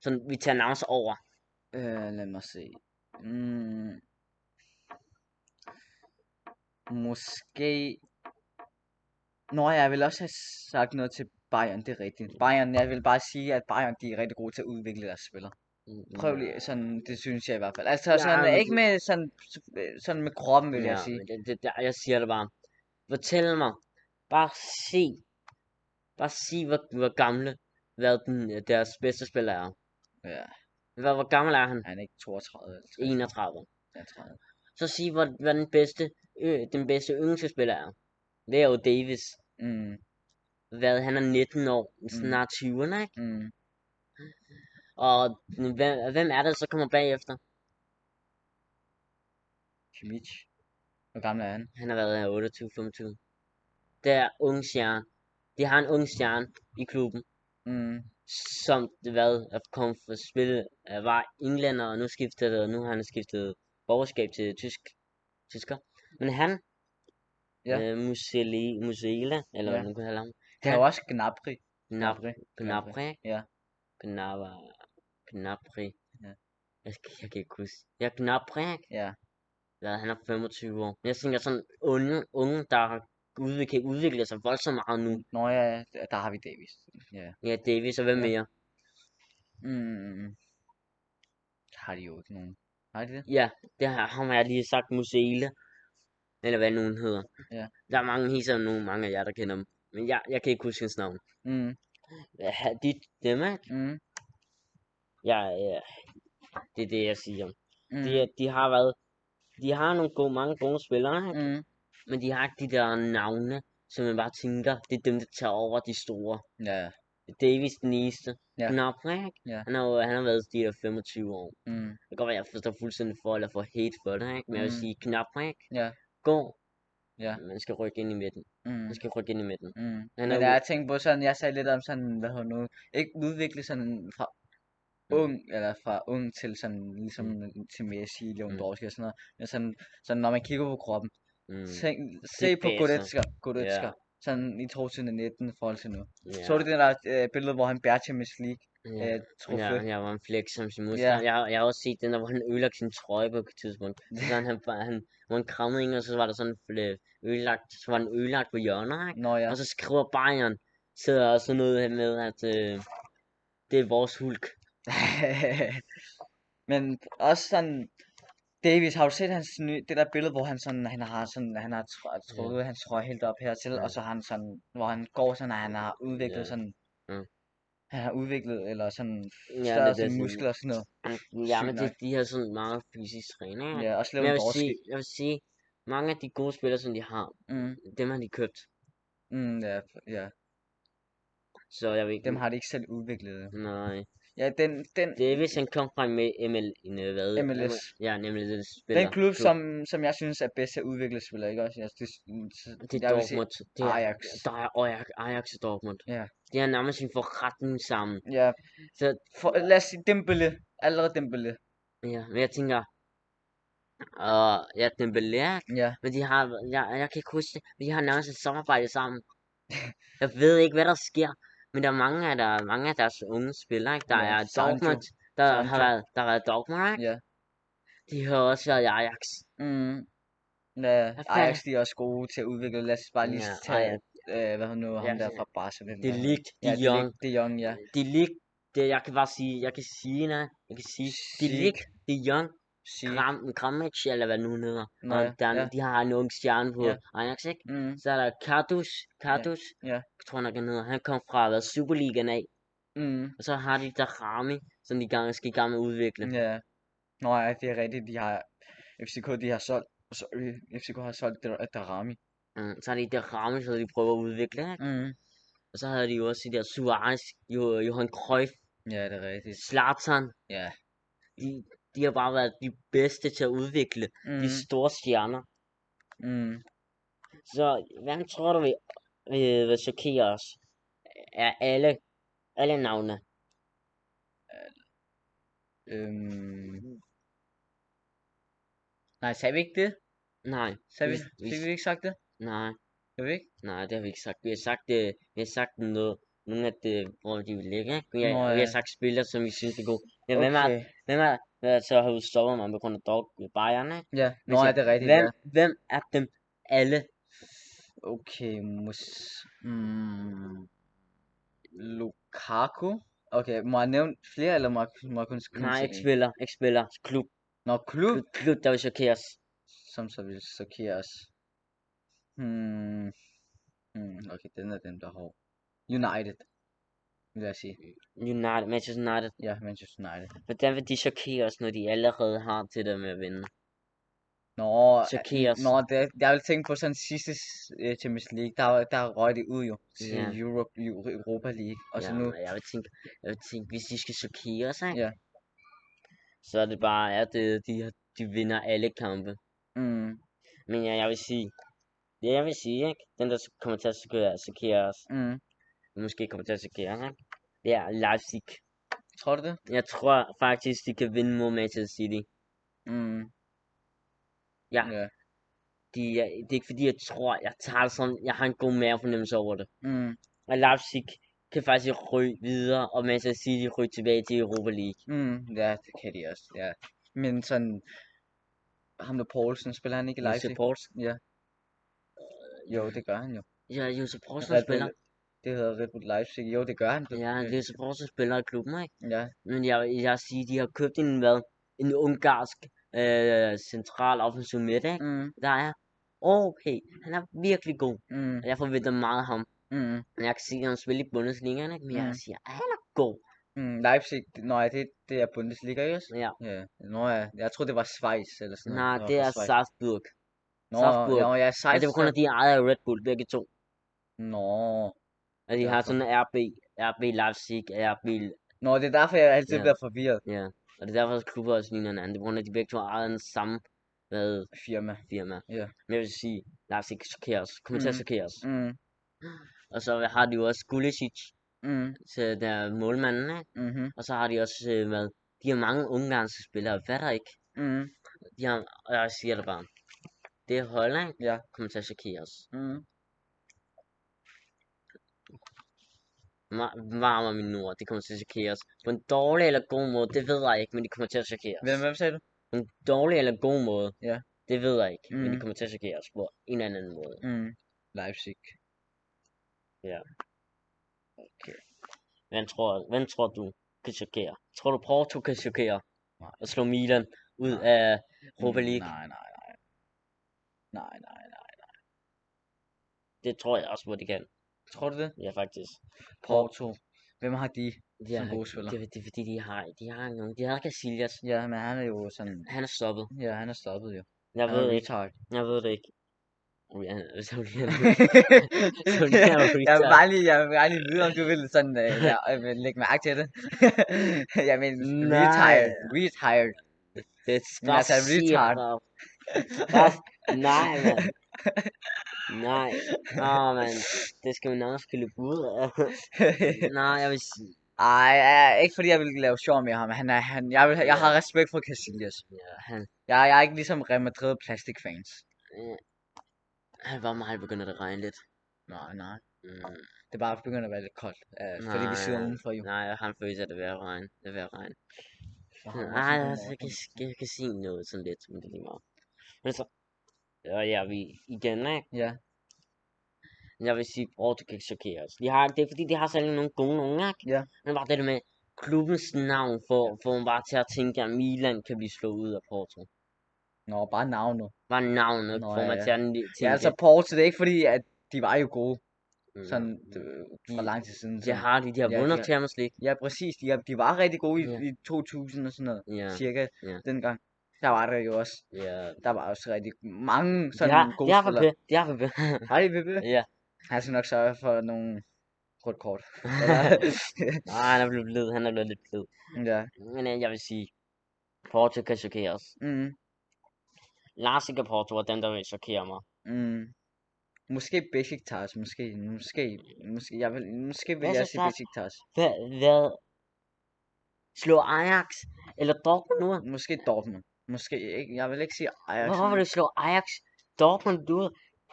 B: Sådan, vi tager navns over.
A: Øh, lad mig se. Mm. Måske... Nå, jeg vil også have sagt noget til Bayern, det er rigtigt. Bayern, jeg vil bare sige, at Bayern de er rigtig gode til at udvikle deres spillere. Prøv lige, sådan, det synes jeg i hvert fald. Altså
B: Ja,
A: sådan,
B: men
A: ikke
B: det-
A: med, sådan, øh, sådan med kroppen, vil jeg
B: Ja,
A: sige.
B: men Det, det, det, jeg siger det bare. Fortæl mig. Bare se. Bare se, hvor, hvor gamle hvad den, øh, deres bedste spiller er.
A: Ja,
B: Hvor, hvor gammel er han?
A: han er ikke 32 eller
B: 31.
A: 33.
B: Så sig, hvor, hvad den bedste, øh, den bedste yndlingsspiller er. Det er jo Davis.
A: Mm,
B: Hvad, han er 19 år. Snart 20'erne, ikke?
A: mm.
B: Og hvem, hvem er det, så kommer bagefter?
A: Kimmich. Hvor gammel er han?
B: Han har været her 28-25. Det er unge stjerne. De har en ung stjerne i klubben.
A: Mm.
B: som hvad at komme for spil øh, var englænder, og nu skifter det, og nu har han skiftet borgerskab til tysk, tysker. Men han,
A: Ja.
B: ja. øh, Museli, Musela, eller
A: Ja.
B: hvad man kan kalde ham,
A: Det er jo også Gnabry.
B: Gnab-
A: Gnabry.
B: Gnabry, ikke?
A: Ja.
B: Gnabry, Gnabry.
A: Ja.
B: Jeg, kan- jeg kan ikke huske. Ja, Gnabry, ikke?
A: Ja.
B: Hvad, han er 25 år. Jeg tænker sådan unge, unge der har udviklet, kan udvikle sig voldsomt meget nu.
A: Nå ja, der- der har vi Davis.
B: Ja, Davis og hvem
A: Ja.
B: mere?
A: Mm. Har de jo ikke nogen. Har de det?
B: Ja, det har ham har jeg lige sagt, Museele. Eller hvad nu hun hedder.
A: Ja.
B: Der er mange hisser nu, mange af jer, der kender dem. Men jeg, jeg kan ikke huske hendes navn.
A: Mm.
B: Hvad er de dem, ikke?
A: Mm.
B: Ja, ja. Det er det, jeg siger.
A: Mm.
B: De, de har været... De har nogle gode, mange gode spillere, ikke?
A: Mm.
B: men de har ikke de der navne, som man bare tænker, det er dem, der tager over de store.
A: Ja.
B: Davis den eneste.
A: Ja.
B: Knaprik,
A: Ja.
B: han, har, jo- han har været de her 25 år.
A: Mm.
B: Det kan godt være, jeg forstår fuldstændig for, eller for hate for det, ikke? Men jeg vil
A: Mm.
B: sige, knap, ikke?
A: Ja.
B: Gå.
A: Ja.
B: Man skal rykke ind i midten.
A: Mm.
B: Man skal rykke ind i midten.
A: Mm.
B: Han er
A: Men
B: jo-
A: jeg tænkte på sådan, jeg sagde lidt om sådan, hvad hedder nu, ikke udvikle sådan fra
B: Mm.
A: ung, eller fra ung til sådan, ligesom til Messi, Lewandowski og sådan noget, men sådan, sådan når man kigger på kroppen,
B: Mm.
A: tænk, se på
B: baser.
A: Goretzka, Goretzka, sådan i 2019 i forhold til nu.
B: Ja.
A: Så du det der øh, billede, hvor han bærer Champions League,
B: ja.
A: øh, trofæ?
B: Ja, jeg var en flex som sin modstander. Jeg, har- jeg har også set den der, hvor han ødelagde sin trøje på et tidspunkt. Så sådan, han, bare- han, hvor han krammede en, og så var der sådan øh, ødelagt, så var den ødelagt på hjørner, ikke?
A: Nå ja.
B: Og så skriver Bayern, sidder også sådan noget med, at øh, det er vores hulk.
A: Men også sådan, Davis, har du set hans nye, det der billede, hvor han sådan, han har sådan, han har tr- trukket hans trøje helt op hertil,
B: Ja.
A: og så har han sådan, hvor han går sådan, og han har udviklet
B: Ja.
A: sådan,
B: Mm.
A: han har udviklet, eller sådan,
B: Ja, det
A: større
B: er
A: sådan
B: sådan-
A: muskler og sådan noget.
B: Ja,
A: Sygt
B: men det, de har sådan meget fysisk træning. ikke?
A: Ja, også
B: Men jeg vil,
A: Lewandowski.
B: sige, jeg vil sige, mange af de gode spillere, som de har,
A: Mm,
B: dem har de købt.
A: mm, ja, ja,
B: Så jeg ved ikke... øh.
A: dem har de ikke selv udviklet.
B: Nej.
A: Ja, den, den,
B: Davis, han kom fra med ML, en, øh, hvad?
A: MLS.
B: Ja, nemlig den spiller.
A: den klub, som, som jeg synes er bedst til at udvikle spillere, ikke også? Jeg, det,
B: Det er
A: jeg vil sige,
B: Dortmund. Det er
A: Ajax.
B: Der er Ajax, Ajax og Dortmund.
A: Ja.
B: De har nærmest sin forretning sammen.
A: ja,
B: Så-
A: for, lad os sige Dembele, allerede Dembele,
B: Ja, men jeg tænker... Og ja, den belærer,
A: ja.
B: men de har, jeg, jeg kan ikke huske det, men de har nærmest et samarbejde sammen. jeg ved ikke, hvad der sker, men der er mange af, der, er mange af deres unge spillere, ikke? der
A: Ja,
B: er
A: Sancho.
B: Dortmund, der har
A: Sancho.
B: været, der har været Dortmund, ikke?
A: Ja.
B: De har også været i Ajax.
A: Mm. Ja,
B: Hvad
A: Ajax de er også gode til at udvikle. Lad os bare lige
B: Ja,
A: tage,
B: Ajax.
A: øh, hvad han nu, ham
B: Ja,
A: der
B: ja.
A: fra Barca. hvem
B: Det
A: var
B: er
A: han?
B: ligt, de
A: Ja,
B: er young.
A: De Jong, ja.
B: De lig, det jeg kan bare sige, jeg kan sige, nej, jeg kan sige, de
A: Sig-
B: lig, de er young,
A: Sige.
B: Gram, Gramic, eller hvad nu hun hedder.
A: Nå
B: Og
A: ja,
B: der, er-
A: ja.
B: de har en ung stjerne på
A: Ja.
B: Ajax, ikke?
A: Mm.
B: Så er der Kardus, Kardus,
A: ja.
B: jeg tror nok, han hedder, han kom fra, hvad, Superligaen af.
A: Mm.
B: Og så har de Darami, som de gang, skal i gang med at udvikle.
A: Ja. Nå ja, det er rigtigt. De har... FCK, de har solgt... Sorry, FCK har solgt Dar- Darami.
B: Mm. Så har de Darami, som de prøver at udvikle. Ikke?
A: Mm.
B: Og så havde de jo også de der Suarez, Jo- Johan Cruyff,
A: Ja, det er rigtigt.
B: Zlatan.
A: Ja.
B: De, de har bare været de bedste til at udvikle mm. de
A: Mm.
B: store stjerner.
A: Mm.
B: Så hvem tror du, vi, vi vil chokere os? Er alle, alle navne.
A: Øhm... Nej, sagde vi ikke det?
B: Nej,
A: Sagde vi,
B: Vi- vi-
A: fik vi ikke sagt det?
B: nej,
A: Gjorde vi ikke?
B: nej, det har vi ikke sagt. Vi har sagt, øh, vi har sagt noget, nogle af det, hvor de vil ligge, ikke? Vi har,
A: Nå,
B: vi har
A: ja.
B: sagt spillere, som vi synes er gode. Men hvem er, hvem er, hvem er så har vi stoppet mig på grund af dog Bayern, ikke?
A: Ja,
B: Men
A: nå
B: så,
A: ja, det er rigtigt.
B: Hvem,
A: Ja.
B: hvem er dem alle?
A: Okay, mus... Mm. Lukaku? Okay, må jeg nævne flere, eller må jeg, må jeg kun kun
B: Nej,
A: sige
B: ikke
A: en?
B: spiller, ikke spiller. Klub,
A: Nå, klub,
B: klub, klub der vil chokere os.
A: som så vil chokere os. Hmm. hmm. Okay, den er den, der er hård. United, vil jeg sige.
B: United, Manchester United.
A: Ja, Manchester United.
B: Hvordan vil de chokere os, når de allerede har det der med at vinde?
A: Nå,
B: Chokere os.
A: øh, nå det, jeg vil tænke på sådan sidste uh, Champions League, der, der røg det ud jo til
B: Ja.
A: Europe, Eu- Europa League. Og så
B: Ja,
A: nu,
B: men jeg vil tænke, jeg vil tænke, hvis de skal chokere os, ikke?
A: Ja.
B: Så er det bare, at øh, de, har- de vinder alle kampe.
A: mm,
B: Men ja, jeg vil sige, det jeg vil sige, ikke? Den, der kommer til at chokere- chokere os,
A: mm.
B: måske kommer til at chokere os, ikke? Det er Leipzig.
A: Tror du det?
B: Jeg tror faktisk, de kan vinde mod Manchester City.
A: Mm.
B: Ja.
A: ja.
B: De, jeg, det er ikke fordi, jeg tror, jeg tager det sådan, jeg har en god mavefornemmelse over det.
A: Mm.
B: Og Leipzig kan faktisk ryge videre, og Manchester City ryge tilbage til Europa League.
A: Mm, ja, det kan de også, ja. Men sådan, ham der Poulsen, spiller han ikke i Leipzig?
B: Josef Poulsen.
A: Jo, det gør han jo.
B: Ja, Josef Poulsen
A: Red Bull-
B: spiller.
A: Det hedder Red Bull Leipzig. Jo, det gør han. du-
B: Ja,
A: øh,
B: Josef Poulsen spiller i klubben, ikke?
A: ja.
B: Men jeg, jeg siger, de har købt en, hvad? En ungarsk øh, central offensiv midt, ikke?
A: Mm,
B: Der er okay. Han er virkelig god.
A: mm,
B: Og jeg forventer meget af ham.
A: mm,
B: Men jeg kan se, at han spiller i Bundesliga, ikke? Men jeg
A: Mm.
B: siger, at han er god.
A: mm. Leipzig, det- nå ja, det, det er Bundesliga, ikke også?
B: Ja.
A: Ja, nå ja, jeg troede, det var Schweiz eller sådan noget.
B: Nej,
A: Nå,
B: det
A: fra
B: er
A: Schweiz.
B: Salzburg.
A: Nå,
B: Salzburg.
A: jo, ja,
B: Og
A: Schweiz.
B: det er på grund af, at de er ejet af Red Bull, begge to.
A: Nå.
B: Og de
A: Ja,
B: har
A: for-
B: sådan en RB, RB Leipzig, RB...
A: Nå, det er derfor, jeg altid
B: Ja.
A: bliver forvirret.
B: Ja. Og det er derfor, at klubber også ligner hinanden. Det er på grund af, at de begge to er ejet af den samme hvad,
A: Firma.
B: firma.
A: Ja.
B: Men jeg vil sige, Leipzig chokerer os. Kommer til at
A: Mhm.
B: chokere os.
A: Mm,
B: Og så har de jo også Gulicic
A: mm,
B: til der målmanden, ikke?
A: mhm,
B: Og så har de også øh, hvad, de har mange ungarske spillere, hvad der ikke?
A: mm,
B: De har, og jeg siger det bare, det er Holland
A: Ja.
B: kommer til at chokere os.
A: mm.
B: Ma- varmer mine ord, det kommer til at chokere os. På en dårlig eller god måde, det ved jeg ikke, men de kommer til at chokere os.
A: Hvem, hvem sagde du?
B: På en dårlig eller god måde,
A: Ja.
B: det ved jeg ikke, men de
A: Mhm.
B: kommer til at chokere os på en eller anden måde.
A: Mm. Leipzig.
B: Hvem tror, hvem tror du kan chokere? Tror du Porto kan chokere?
A: Nej.
B: Og slå Milan ud
A: Nej.
B: af Europa
A: Mm,
B: League?
A: Nej, nej, nej. Nej, nej, nej.
B: Det tror jeg også, hvor de kan.
A: Tror du det?
B: Ja, faktisk.
A: Porto. Hvem har de?
B: De
A: Som
B: har,
A: gode spillere.
B: det, er- det er fordi, de har, de har nogen. De havde Casillas.
A: Ja, men han er jo sådan...
B: Han er stoppet.
A: Ja, han er stoppet jo.
B: Jeg
A: Han
B: ved
A: er
B: ikke.
A: retard.
B: Jeg ved det ikke. Ui, han- Hvis han bliver Så lige er han
A: jeg vil
B: retard.
A: bare lige, jeg vil bare lige vide, om du vil sådan, øh, ja, jeg vil lægge mærke til det. jeg mener,
B: Nej.
A: retired, retired.
B: det er
A: Men
B: bare
A: altså, han er retard.
B: retard. Bare... Nej, mand. Nej. Åh, mand. Det skal man nærmest skille ud af. Nej, jeg vil sige...
A: Ej, ja, ikke fordi jeg vil lave sjov med ham. Han er, han, jeg, vil, jeg har respekt for Casillas.
B: Ja, øh, han,
A: Jeg, jeg er ikke ligesom Real Madrid plastikfans.
B: han var meget begynder at regne lidt.
A: Nej, nej.
B: Mm.
A: Det er bare begyndt at være lidt koldt, øh, fordi vi sidder
B: Nej.
A: udenfor jo.
B: Nej, jeg har en følelse af, at det er ved at regne. Det er ved at regne.
A: Jeg har også en
B: Nej,
A: god
B: altså, jeg, kan,
A: morgen.
B: s- jeg kan sige noget sådan lidt, men det er lige meget. Men så, ja, ja, vi igen, ikke?
A: Ja.
B: Men Jeg vil sige, at oh, det kan ikke chokere os. De har, det er fordi, de har særlig nogle gode nogen, ikke?
A: Ja.
B: Men bare det der med klubbens navn, får, får man bare til at tænke, at Milan kan blive slået ud af Porto.
A: Nå, bare navnet.
B: Bare navnet
A: Nå,
B: får
A: ja,
B: man
A: ja.
B: til at ni- tænke,
A: Ja, altså Porto, det er ikke fordi, at de var jo gode.
B: Mm.
A: sådan øh, for
B: De-
A: lang tid siden.
B: Det
A: Sådan.
B: har de, de har
A: Ja, de
B: vundet
A: har-
B: Champions League.
A: Ja, præcis. De, de var rigtig gode i,
B: Ja.
A: i 2000 og sådan noget,
B: Ja,
A: cirka
B: Ja.
A: dengang. Der var der jo også,
B: ja.
A: der var også rigtig mange
B: De
A: sådan
B: har,
A: gode
B: de har
A: spillere.
B: Pepe, de har Pepe.
A: Har de VB?
B: ja.
A: Han skal nok sørge for nogle rødt kort. Eller-
B: Nej, han er blevet blid, han er blevet lidt blid.
A: ja.
B: Men øh, jeg vil sige, Porto kan chokere os.
A: Mm,
B: Larsen og Porto er dem, der vil chokere mig.
A: mm. Måske Besiktas, måske, måske, måske, jeg vil, måske vil jeg sige
B: Beşiktaş.
A: Besiktas.
B: Hvad? hvad? Slå Ajax? Eller Dortmund nu?
A: Måske Dortmund. Måske ikke, jeg vil ikke sige Ajax.
B: Hvorfor vil
A: men-
B: du slå Ajax? Dortmund ud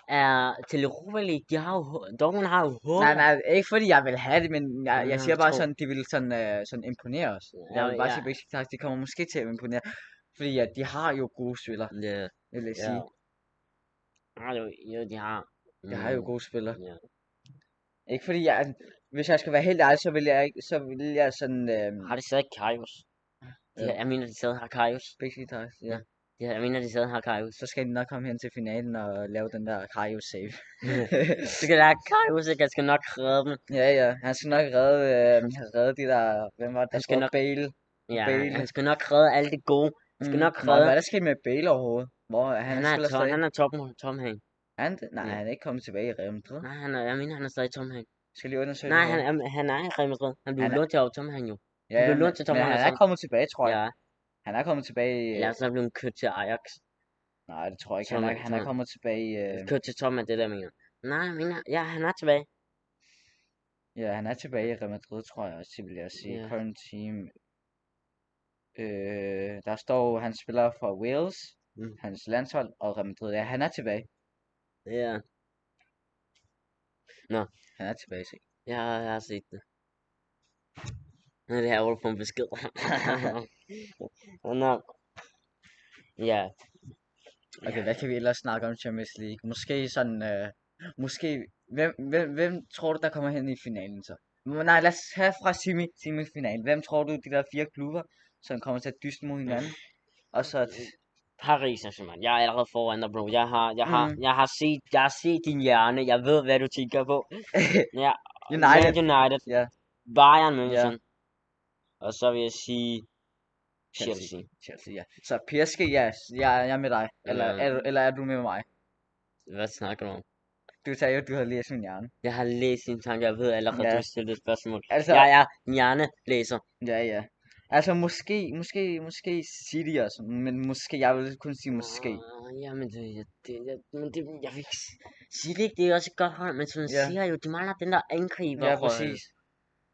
B: er til Europa League. De har jo, hå- Dortmund har jo håb.
A: Nej, nej, ikke fordi jeg vil have det, men jeg,
B: Men
A: jeg
B: jeg
A: siger bare
B: tror-
A: sådan, de vil sådan, øh, sådan imponere os. Jeg vil
B: Ja,
A: bare
B: ja.
A: sige Besiktas, de kommer måske til at imponere. Fordi at de har jo gode spillere,
B: Ja.
A: vil jeg
B: Ja.
A: sige.
B: Nej, jo, jo, de har.
A: De har jo
B: Mm,
A: gode spillere.
B: Ja.
A: Ikke fordi jeg, hvis jeg skal være helt ærlig, så vil jeg, ikke- så vil jeg sådan, øh,
B: Har de stadig Karius? De
A: Ja.
B: har, jeg mener, de stadig har Karius.
A: Besiktas, ja.
B: De har, jeg mener, de stadig har Karius.
A: så skal de nok komme hen til finalen og lave den der Kajo save.
B: Så kan der være Karius, ikke? Jeg skal nok redde dem.
A: ja, ja. Han skal nok redde, øh, redde de der... Hvem var det, der
B: Han skal
A: skal nok...
B: nok-
A: Bale?
B: Ja,
A: Bale.
B: han skal nok redde alt det gode. Han skal nok
A: Mm. Nej,
B: redde.
A: hvad er der sket med Bale overhovedet? Hvor er han,
B: Han,
A: han
B: er,
A: spiller
B: tom,
A: stadig?
B: han er Tom, Tom Hang.
A: Er Han... Nej,
B: Ja.
A: han er ikke kommet tilbage i Real Madrid.
B: Nej, han er, jeg mener, han er stadig Tom Hang.
A: Skal lige undersøge
B: Nej,
A: det
B: han
A: hurtigt.
B: er, han er i Real Madrid. Han blev
A: Han er-
B: lånt til af Tom Hang jo.
A: ja,
B: blev
A: ja, men,
B: lånt til Tom
A: men han er
B: Henderson.
A: kommet tilbage, tror jeg.
B: Ja,
A: Han er kommet tilbage i...
B: eller så er blevet kørt til Ajax.
A: Nej, det tror jeg ikke.
B: Tom
A: Han er,
B: Henderson.
A: han er kommet tilbage i... Øh...
B: Kørt til Tom er det, der mener. Nej, jeg mener, ja, han er tilbage.
A: Ja, han er tilbage i Real Madrid, tror jeg også, det vil jeg sige.
B: Ja.
A: Current team. Øh, der står, han spiller for Wales,
B: Mm.
A: hans landshold og Real Madrid. Ja, han er tilbage.
B: Ja,
A: Han er tilbage, se.
B: jeg har, jeg har set det. Nu er det her, hvor du får en besked. Nå, Nå. Ja,
A: Okay, hvad kan vi ellers snakke om i Champions League? Måske sådan, øh, måske, hvem, hvem, hvem tror du, der kommer hen i finalen så? Må- Nej, lad os have fra semi, semifinalen. Hvem tror du, de der fire klubber, som kommer til at dyste mod hinanden? Og så, t-
B: Paris Saint-Germain. Jeg er allerede foran dig, bro. Jeg har, jeg har,
A: Mm.
B: jeg har set, jeg har set din hjerne. Jeg ved, hvad du tænker på. Ja,
A: Øh, United.
B: Man United.
A: Ja.
B: Bayern München. Og så vil jeg sige
A: Chelsea.
B: Chelsea.
A: Chelsea, ja. Så PSG, ja, s- jeg, jeg er med dig. Eller,
B: Ja.
A: er, du, eller er du med mig?
B: Hvad snakker du om?
A: Du sagde jo, du har læst min hjerne.
B: Jeg har læst dine tanker. Jeg ved allerede,
A: Ja.
B: du har stillet et spørgsmål.
A: Altså,
B: Så... Jeg er hjernelæser.
A: ja, ja. Altså, måske, måske, måske City også, men måske, jeg vil kun sige måske.
B: Ah, jamen, det, jeg, det, jeg, men det, jeg vil ikke s- sige det ikke. Det er også et godt hold, men som du
A: Ja.
B: siger jo, de mangler den der angriber.
A: Ja, præcis.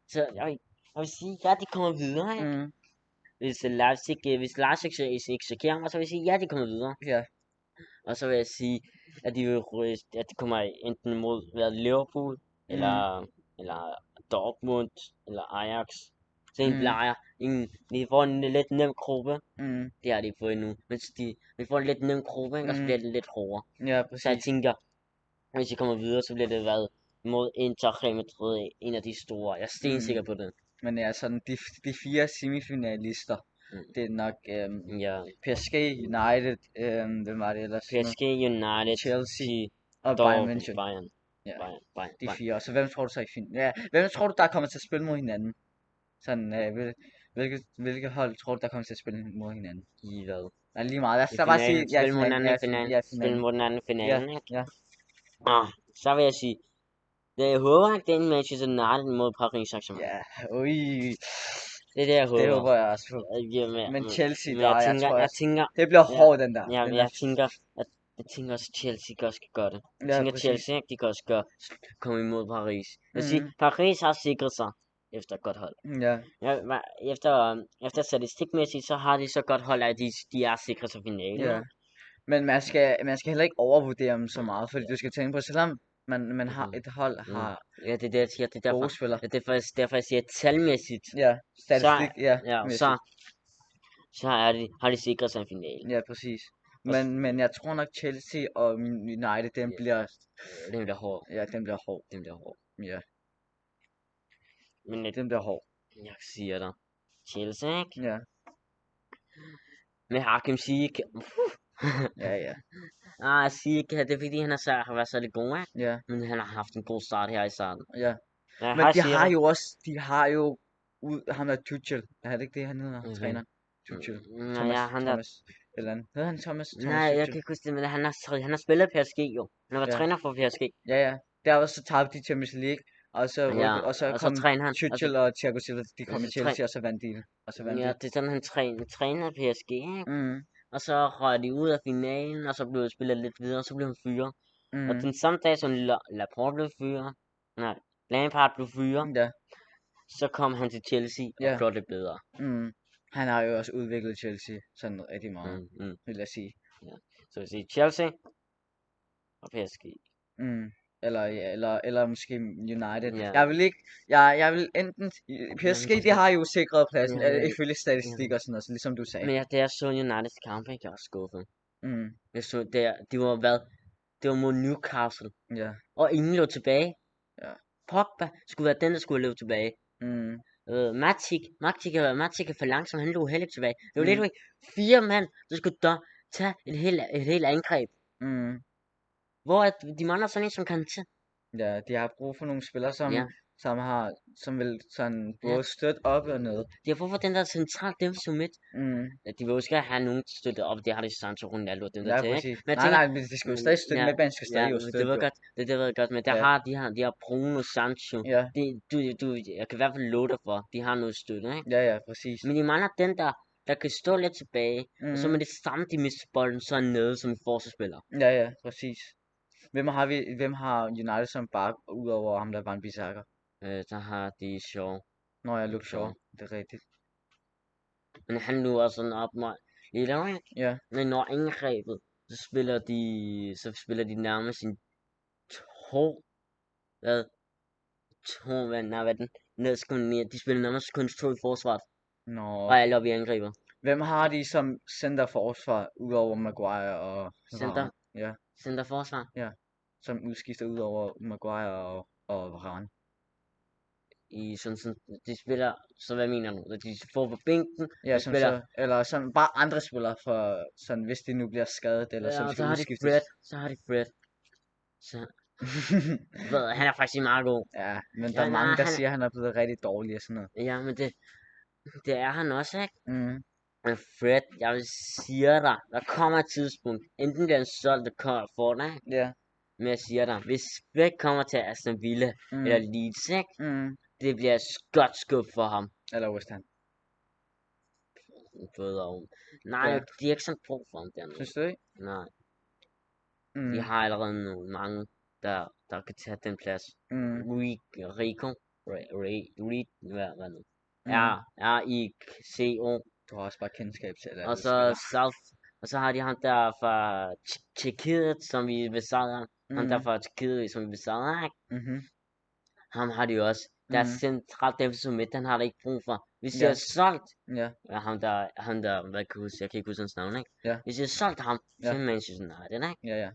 B: Så jeg, vil- jeg vil sige, ja, de kommer videre. Mm.
A: Mm.
B: Hvis øh, Leipzig, øh, hvis Leipzig så- ikke ikke chokerer mig, så vil jeg sige, ja, de kommer videre.
A: Ja.
B: Og så vil jeg sige, at de, vil, ryge- at de kommer enten mod hvad, Liverpool, mm. eller, eller Dortmund, eller Ajax. Så en
A: Mm.
B: mm. plejer. En, de får en lidt nem gruppe.
A: Mm.
B: Det har de ikke fået endnu. Men så de, vi får en lidt nem gruppe, ikke? og så
A: Mm.
B: bliver det lidt hårdere.
A: Ja,
B: Så jeg
A: præcis.
B: tænker, hvis de kommer videre, så bliver det været mod Inter, Real Madrid, en af de store. Jeg er
A: Mm.
B: stensikker på det.
A: Men ja, sådan de, de fire semifinalister,
B: Mm.
A: det er nok øhm,
B: Ja.
A: PSG, United, øhm, hvem var det ellers? nu?
B: PSG, United,
A: Chelsea og
B: og
A: Bayern München.
B: Bayern.
A: Ja.
B: Bayern, Bayern,
A: De
B: Bayern.
A: fire, og så hvem tror du så i fin? Ja, hvem tror du, der kommer til at spille mod hinanden? Sådan, øh, hvil, hvilke, hvilke hold tror du, der kommer til at spille mod hinanden?
B: I hvad?
A: Nej, lige meget. Lad os
B: I
A: da bare sige,
B: finalen. Spil mod den anden
A: ja,
B: i finalen.
A: ja,
B: Spil
A: finalen.
B: mod den anden i
A: Ja,
B: finalen, ikke?
A: ja.
B: Ah, så vil jeg sige, det jeg håber, at den Manchester United mod Paris Saint-Germain.
A: Ja, ui,
B: Det er det, jeg håber.
A: det håber jeg også på.
B: Øh, ja,
A: Men
B: men, men-
A: Chelsea,
B: men
A: der,
B: jeg
A: jeg
B: tænker,
A: tror
B: jeg,
A: også-
B: tænker,
A: Det bliver
B: Ja.
A: hård, den der.
B: ja,
A: Den
B: men
A: er-
B: jeg tænker, at jeg tænker også, at Chelsea også kan gøre det. Jeg
A: ja,
B: tænker, at
A: præcis.
B: Chelsea ikke, de kan også gøre, komme imod Paris. Jeg vil sige,
A: Mhm.
B: Paris har sikret sig efter et godt hold.
A: Ja,
B: Ja, hva- efter, øhm, efter statistikmæssigt, så har de så godt hold, at de, de er sikret sig finalen.
A: Ja. Men man skal, man skal heller ikke overvurdere dem så meget, fordi du skal tænke på, selvom man, man har
B: Mhm.
A: et hold,
B: Mm.
A: har
B: ja, det er det, jeg siger. Det er derfor,
A: gode spillere.
B: ja, det er faktisk derfor jeg siger, at talmæssigt,
A: Ja, statistik, ja.
B: ja,
A: mæssigt.
B: så, så er de, har de sikret sig en finale.
A: Ja, præcis. Men, men jeg tror nok Chelsea og United, den
B: Ja.
A: bliver,
B: Øh, Den bliver hård.
A: ja, den bliver hård.
B: Den bliver hård.
A: Ja,
B: Men øh,
A: den bliver hård.
B: jeg siger dig. Chelsea, ikke?
A: Ja,
B: Med Hakim Ziyech.
A: ja, ja.
B: ah, jeg siger ikke, at det er fordi, han er så, har været særlig god, ikke?
A: Ja,
B: men han har haft en god start her i starten.
A: ja.
B: Ja,
A: Men
B: hej,
A: de har
B: Sierra.
A: jo også, de har jo, ud, ham der Tuchel, er det ikke det, han hedder,
B: Mhm.
A: træner? Tuchel.
B: Mm,
A: Thomas,
B: ja, han der...
A: Thomas, eller andet. Hedder han Thomas? Thomas
B: Nej, jeg
A: Tuchel?
B: kan ikke huske det, men han har, han har spillet PSG jo. Han har været
A: Ja.
B: træner for PSG.
A: Ja, ja. Der var så tabte de Champions League, og så,
B: Ja,
A: rykkede- og så
B: og så
A: kom
B: træner han. og så-
A: Tuchel og Thiago Silva, de kom i
B: så træ-
A: Chelsea, og så vandt de. det, Og så vandt
B: Ja,
A: de.
B: det er sådan, han træner, træner PSG, ikke?
A: Mm,
B: Og så røg de ud af finalen, og så blev spillet lidt videre, og så blev han fyret. Mm. Og
A: mm,
B: den samme dag, som La- Laporte blev fyret, nej, Lampard blev fyret,
A: ja,
B: så kom han til Chelsea og
A: Ja.
B: gjorde det bedre.
A: mm. Han har jo også udviklet Chelsea sådan rigtig meget,
B: Mm. Mm.
A: vil jeg sige.
B: Så jeg vil sige Chelsea og PSG.
A: Mm. Eller, ja, eller, eller måske United.
B: Ja.
A: Jeg vil ikke, jeg, jeg vil enten, PSG, de har jo sikret pladsen,
B: Ja,
A: ja,
B: men-
A: ifølge statistik og sådan noget, så ligesom du sagde.
B: Men ja, da jeg så Uniteds kamp, ikke? jeg var skuffet.
A: Mm,
B: Jeg så, der, det var hvad? Det var mod Newcastle.
A: ja,
B: Og ingen lå tilbage.
A: Ja.
B: Pogba skulle være den, der skulle løbe tilbage.
A: mm,
B: Øh, Matic, Matic, er- Matic er for langsom, han lå heller ikke tilbage. Det var
A: Mm.
B: lidt ikke fire mand, der skulle da tage et helt, et helt angreb.
A: mm.
B: Hvor at de mangler sådan en som kan til.
A: Ja, de har brug for nogle spillere, som,
B: Ja.
A: som har, som vil sådan
B: Ja.
A: både støtte op og ned.
B: De har brug for den der central defensiv midt.
A: Mm.
B: Ja, de vil jo skal have nogen støttet op, det har de Sancho, Ronaldo og dem der
A: Ja,
B: til, ikke?
A: præcis.
B: Men jeg
A: Nej,
B: tænker,
A: nej, men de skal jo
B: Mm,
A: stadig støtte
B: ja,
A: med, man skal
B: ja,
A: stadig jo
B: det
A: støtte.
B: ved jeg
A: jo.
B: godt, det, det ved jeg godt, men der
A: Ja.
B: har de her, de har Bruno Sancho.
A: Ja,
B: Det, du, du, jeg kan i hvert fald love dig for, de har noget støtte, ikke?
A: ja, ja, præcis.
B: Men de mangler den der, der kan stå lidt tilbage, og så
A: Mm.
B: med det samme, de mister bolden, så er han nede som en forsvarsspiller.
A: Ja, ja, præcis. Hvem har, vi, hvem har United som bak, udover ham, der var en bisakker?
B: Øh, så har de sjov.
A: Nå, jeg Luke Shaw. Shaw. Det er rigtigt.
B: Men han nu også sådan op mod lidt ikke?
A: Ja.
B: Men når angrebet, så spiller de, så spiller de nærmest en to, hvad? To, hvad, nej, hvad er den? Ned skal man ned. De spiller nærmest kun to i forsvaret.
A: Nå.
B: Og alle op i angriber.
A: Hvem har de som centerforsvar, udover Maguire og
B: Center.
A: Varane, ja.
B: Center forsvar.
A: som udskifter udover Maguire og, og Varane?
B: I sådan, sådan, de spiller, så hvad mener du? At De får på bænken,
A: Ja,
B: De
A: som
B: spiller-
A: så, eller som bare andre spillere, for sådan, hvis de nu bliver skadet, eller
B: ja,
A: som
B: og så
A: skal
B: har de
A: udskiftes.
B: Fred, så har de Fred. Så, ved, han er faktisk meget god.
A: ja, men
B: Ja,
A: der er mange,
B: nej,
A: der
B: han-
A: siger, at han er blevet rigtig dårlig og sådan noget.
B: Ja, men det, det er han også, ikke?
A: Mm.
B: Men Fred, jeg vil sige dig, der kommer et tidspunkt, enten bliver han solgt, der kommer for dig,
A: Ja.
B: men jeg siger dig, hvis Fred kommer til Aston Villa mm.
A: Mm.
B: eller Leeds, ikke?
A: mm.
B: det bliver et godt skub for ham.
A: Eller West Ham.
B: Både og. Nej,
A: Ja.
B: de har ikke sådan brug for ham dernede.
A: Synes du ikke?
B: Nej,
A: Mm.
B: de har allerede nogle mange, der, der kan tage den plads.
A: Mm.
B: Rui, Rico, Re- Re- Rui, hvad hvad nu?
A: Mm.
B: R, R, I, C, O,
A: Du har også bare kendskab til det.
B: og så South, og så har de ham der fra Tj- Tjekkiet, som vi besejrede. Ham
A: Mm.
B: der fra Tjekkiet, som vi besejrede, ikke?
A: Mm-hmm.
B: ham har de jo også. Der er
A: Mhm.
B: centralt defensiv midt, han har der ikke brug for. Hvis de
A: Ja.
B: har solgt
A: Ja.
B: ja, ham der, ham der, hvad kan jeg huske, jeg kan ikke huske hans navn, ikke?
A: Ja.
B: Hvis de har solgt ham
A: Ja.
B: til Manchester United, ikke?
A: Ja, ja.